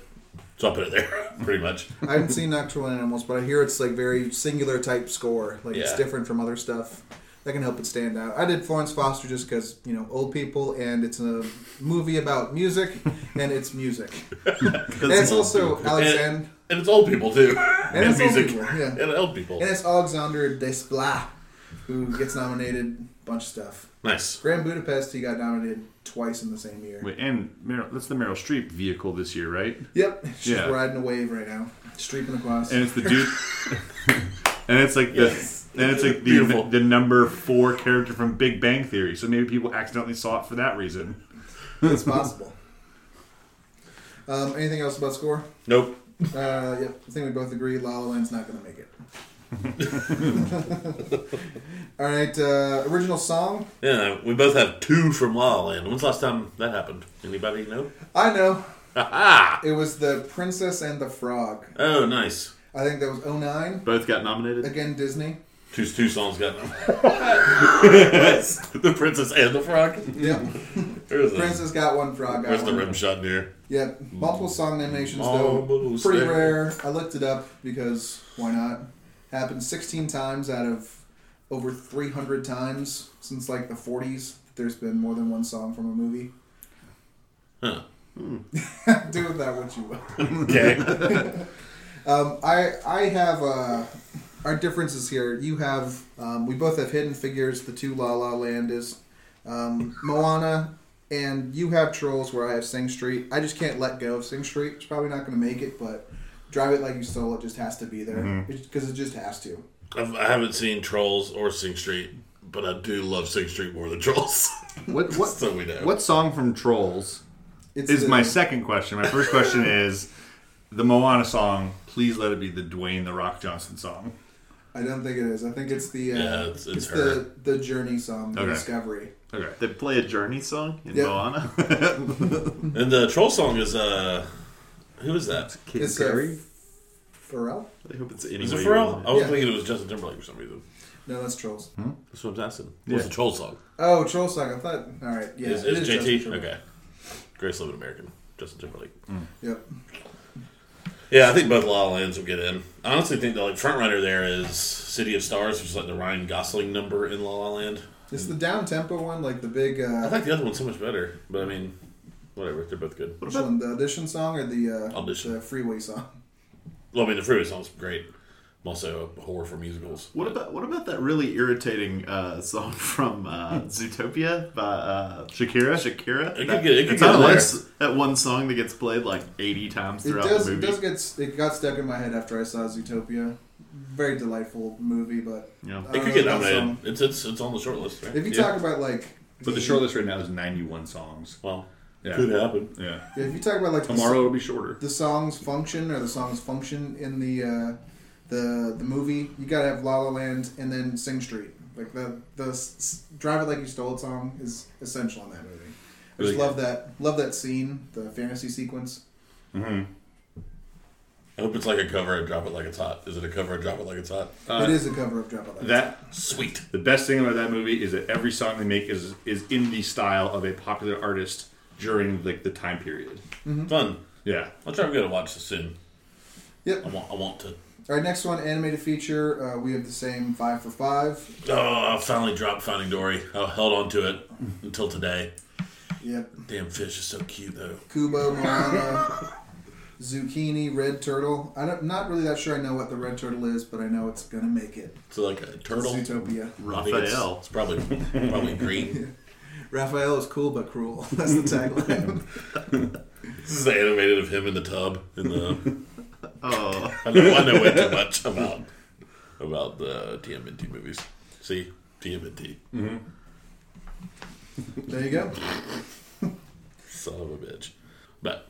Speaker 3: So I put it there, pretty much.
Speaker 1: I haven't seen Nocturnal Animals, but I hear it's like very singular type score. Like it's
Speaker 3: Yeah.
Speaker 1: different from other stuff. That can help it stand out. I did Florence Foster just because you know old people, and it's a movie about music, and it's music. and it's also Alexand
Speaker 3: And it's old people too. And,
Speaker 1: it's old
Speaker 3: music.
Speaker 1: people, yeah.
Speaker 3: And old people.
Speaker 1: and it's Alexander Desplat, who gets nominated a bunch of stuff.
Speaker 3: nice.
Speaker 1: Grand Budapest, he got nominated twice in the same year.
Speaker 2: Wait, and Meryl, that's the Meryl Streep vehicle this year, right?
Speaker 1: Yep, she's
Speaker 2: Yeah.
Speaker 1: riding a wave right now, streeping across.
Speaker 2: And it's the dude. and it's like the.
Speaker 3: Yes.
Speaker 2: And it's like
Speaker 3: Beautiful.
Speaker 2: the, the number four character from Big Bang Theory, so maybe people accidentally saw it for that reason.
Speaker 1: it's possible. Um, anything else about score?
Speaker 3: Nope.
Speaker 1: Uh, yep. I think we both agree La La Land's not going to make it. All right. Uh, original song.
Speaker 3: Yeah, we both have two from La La Land. When's the last time that happened? Anybody know?
Speaker 1: I know.
Speaker 3: Ah!
Speaker 1: It was The Princess and the Frog.
Speaker 3: Oh, nice.
Speaker 1: I think that was 09.
Speaker 4: Both got nominated.
Speaker 1: Again, Disney.
Speaker 3: Two, two songs got The Princess and the Frog.
Speaker 1: Yep.
Speaker 3: There's the,
Speaker 1: Princess got one, Frog got
Speaker 3: there's the
Speaker 1: one.
Speaker 3: rim shot in here.
Speaker 1: Yep. Multiple song nominations,
Speaker 3: Almost
Speaker 1: though. Pretty
Speaker 3: there.
Speaker 1: rare. I looked it up because why not? Happened 16 times out of over 300 times since like the 40s. There's been more than one song from a movie.
Speaker 3: Huh.
Speaker 1: Do with that what you will.
Speaker 3: Okay.
Speaker 1: Um, I I have uh, our differences here. You have um, we both have Hidden Figures. The two La La Land is um, Moana, and you have Trolls. Where I have Sing Street. I just can't let go of Sing Street. It's probably not going to make it, but Drive It Like You Stole It just has to be there
Speaker 2: Mm-hmm.
Speaker 1: because it just has to.
Speaker 3: I've, I haven't seen Trolls or Sing Street, but I do love Sing Street more than Trolls.
Speaker 2: What
Speaker 3: what- So we know.
Speaker 2: What song from Trolls
Speaker 1: It's
Speaker 2: is
Speaker 1: the-
Speaker 2: my second question. My first question is the Moana song. Please let it be the Dwayne the Rock Johnson song.
Speaker 1: I don't think it is. I think it's the uh,
Speaker 3: Yeah, it's- it's
Speaker 1: the the Journey song, the
Speaker 2: Okay.
Speaker 1: Discovery.
Speaker 2: Okay.
Speaker 4: They play a Journey song in
Speaker 1: Yeah.
Speaker 4: Moana.
Speaker 3: and the Troll song is, uh, who is that?
Speaker 4: Kid
Speaker 1: It's
Speaker 4: Curry?
Speaker 1: a Pharrell.
Speaker 4: I hope it's any
Speaker 3: Is
Speaker 4: way
Speaker 3: it
Speaker 4: you
Speaker 3: Pharrell?
Speaker 4: want
Speaker 3: I was
Speaker 1: Yeah.
Speaker 3: thinking it was Justin Timberlake for some reason.
Speaker 1: No, that's Trolls.
Speaker 3: That's what I was asking. What's
Speaker 2: Yeah.
Speaker 3: the Troll song?
Speaker 1: Oh, Troll song. I thought. All right. Yeah.
Speaker 3: Is,
Speaker 1: it
Speaker 3: is
Speaker 1: Justin
Speaker 3: JT?
Speaker 1: Timberlake.
Speaker 3: Okay. Grace Living American. Justin Timberlake.
Speaker 1: Yep.
Speaker 3: Yeah, I think both La La Lands will get in. I honestly think the like front runner there is City of Stars, which is like the Ryan Gosling number in La La Land.
Speaker 1: It's the down tempo one, like the big
Speaker 3: I
Speaker 1: uh,
Speaker 3: like the other one's so much better, but I mean, whatever. They're both good.
Speaker 1: which one, the audition song or the uh,
Speaker 3: Audition.
Speaker 1: the freeway song.
Speaker 3: Well, I mean, the Freeway song's great. I'm also a whore for musicals.
Speaker 4: What about what about that really irritating uh, song from uh, Zootopia by uh,
Speaker 2: Shakira?
Speaker 4: Shakira?
Speaker 3: It
Speaker 4: That-
Speaker 3: could get- it could
Speaker 4: it's
Speaker 3: get
Speaker 4: that one
Speaker 3: there.
Speaker 4: s- that one song that gets played like eighty times
Speaker 1: It
Speaker 4: throughout
Speaker 1: does
Speaker 4: the
Speaker 1: it
Speaker 4: movie.
Speaker 1: does get s- it got stuck in my head after I saw Zootopia. Very delightful movie, but I
Speaker 4: Yeah.
Speaker 3: It
Speaker 1: don't
Speaker 3: could get
Speaker 1: know that
Speaker 3: nominated.
Speaker 1: song.
Speaker 3: It's it's it's on the short list. Right?
Speaker 1: If you
Speaker 4: Yeah.
Speaker 1: talk about like
Speaker 2: But the short list right now is 91 songs.
Speaker 3: Well,
Speaker 2: Yeah.
Speaker 3: could happen.
Speaker 2: Yeah.
Speaker 1: If you talk about like the
Speaker 2: Tomorrow it'll be shorter.
Speaker 1: the song's function or the song's function in the uh, the the movie, you gotta have La La Land and then Sing Street. Like the the s- s- Drive It Like You Stole It song is essential in that movie. I just
Speaker 2: Really
Speaker 1: love that love that scene, the fantasy sequence.
Speaker 3: I hope it's like a cover of Drop It Like It's Hot. Is it a cover of Drop It Like It's Hot?
Speaker 1: it is a cover of Drive It Like
Speaker 2: That
Speaker 3: Sweet.
Speaker 2: the best thing about that movie is that every song they make is is in the style of a popular artist during like the time period.
Speaker 3: Fun.
Speaker 2: Yeah.
Speaker 3: I'll try to go to watch this soon.
Speaker 1: Yep.
Speaker 3: I want, I want to.
Speaker 1: All right, next one, animated feature. Uh, we have the same five for five.
Speaker 3: Oh, I finally dropped Finding Dory. I held on to it until today.
Speaker 1: Yep,
Speaker 3: Damn fish is so cute, though.
Speaker 1: Kubo, Moana, zucchini, red turtle. I don't, am not really that sure. I know what the red turtle is, but I know it's gonna make it.
Speaker 3: It's like a turtle.
Speaker 1: Zootopia.
Speaker 3: I think It's,
Speaker 4: Raphael.
Speaker 3: it's probably probably green.
Speaker 1: Raphael is cool but cruel. That's the tagline.
Speaker 3: This is the animated of him in the tub. In the,
Speaker 4: Oh,
Speaker 3: I know I know way too much about about the TMNT movies. See TMNT,
Speaker 1: there you go.
Speaker 3: son of a bitch. But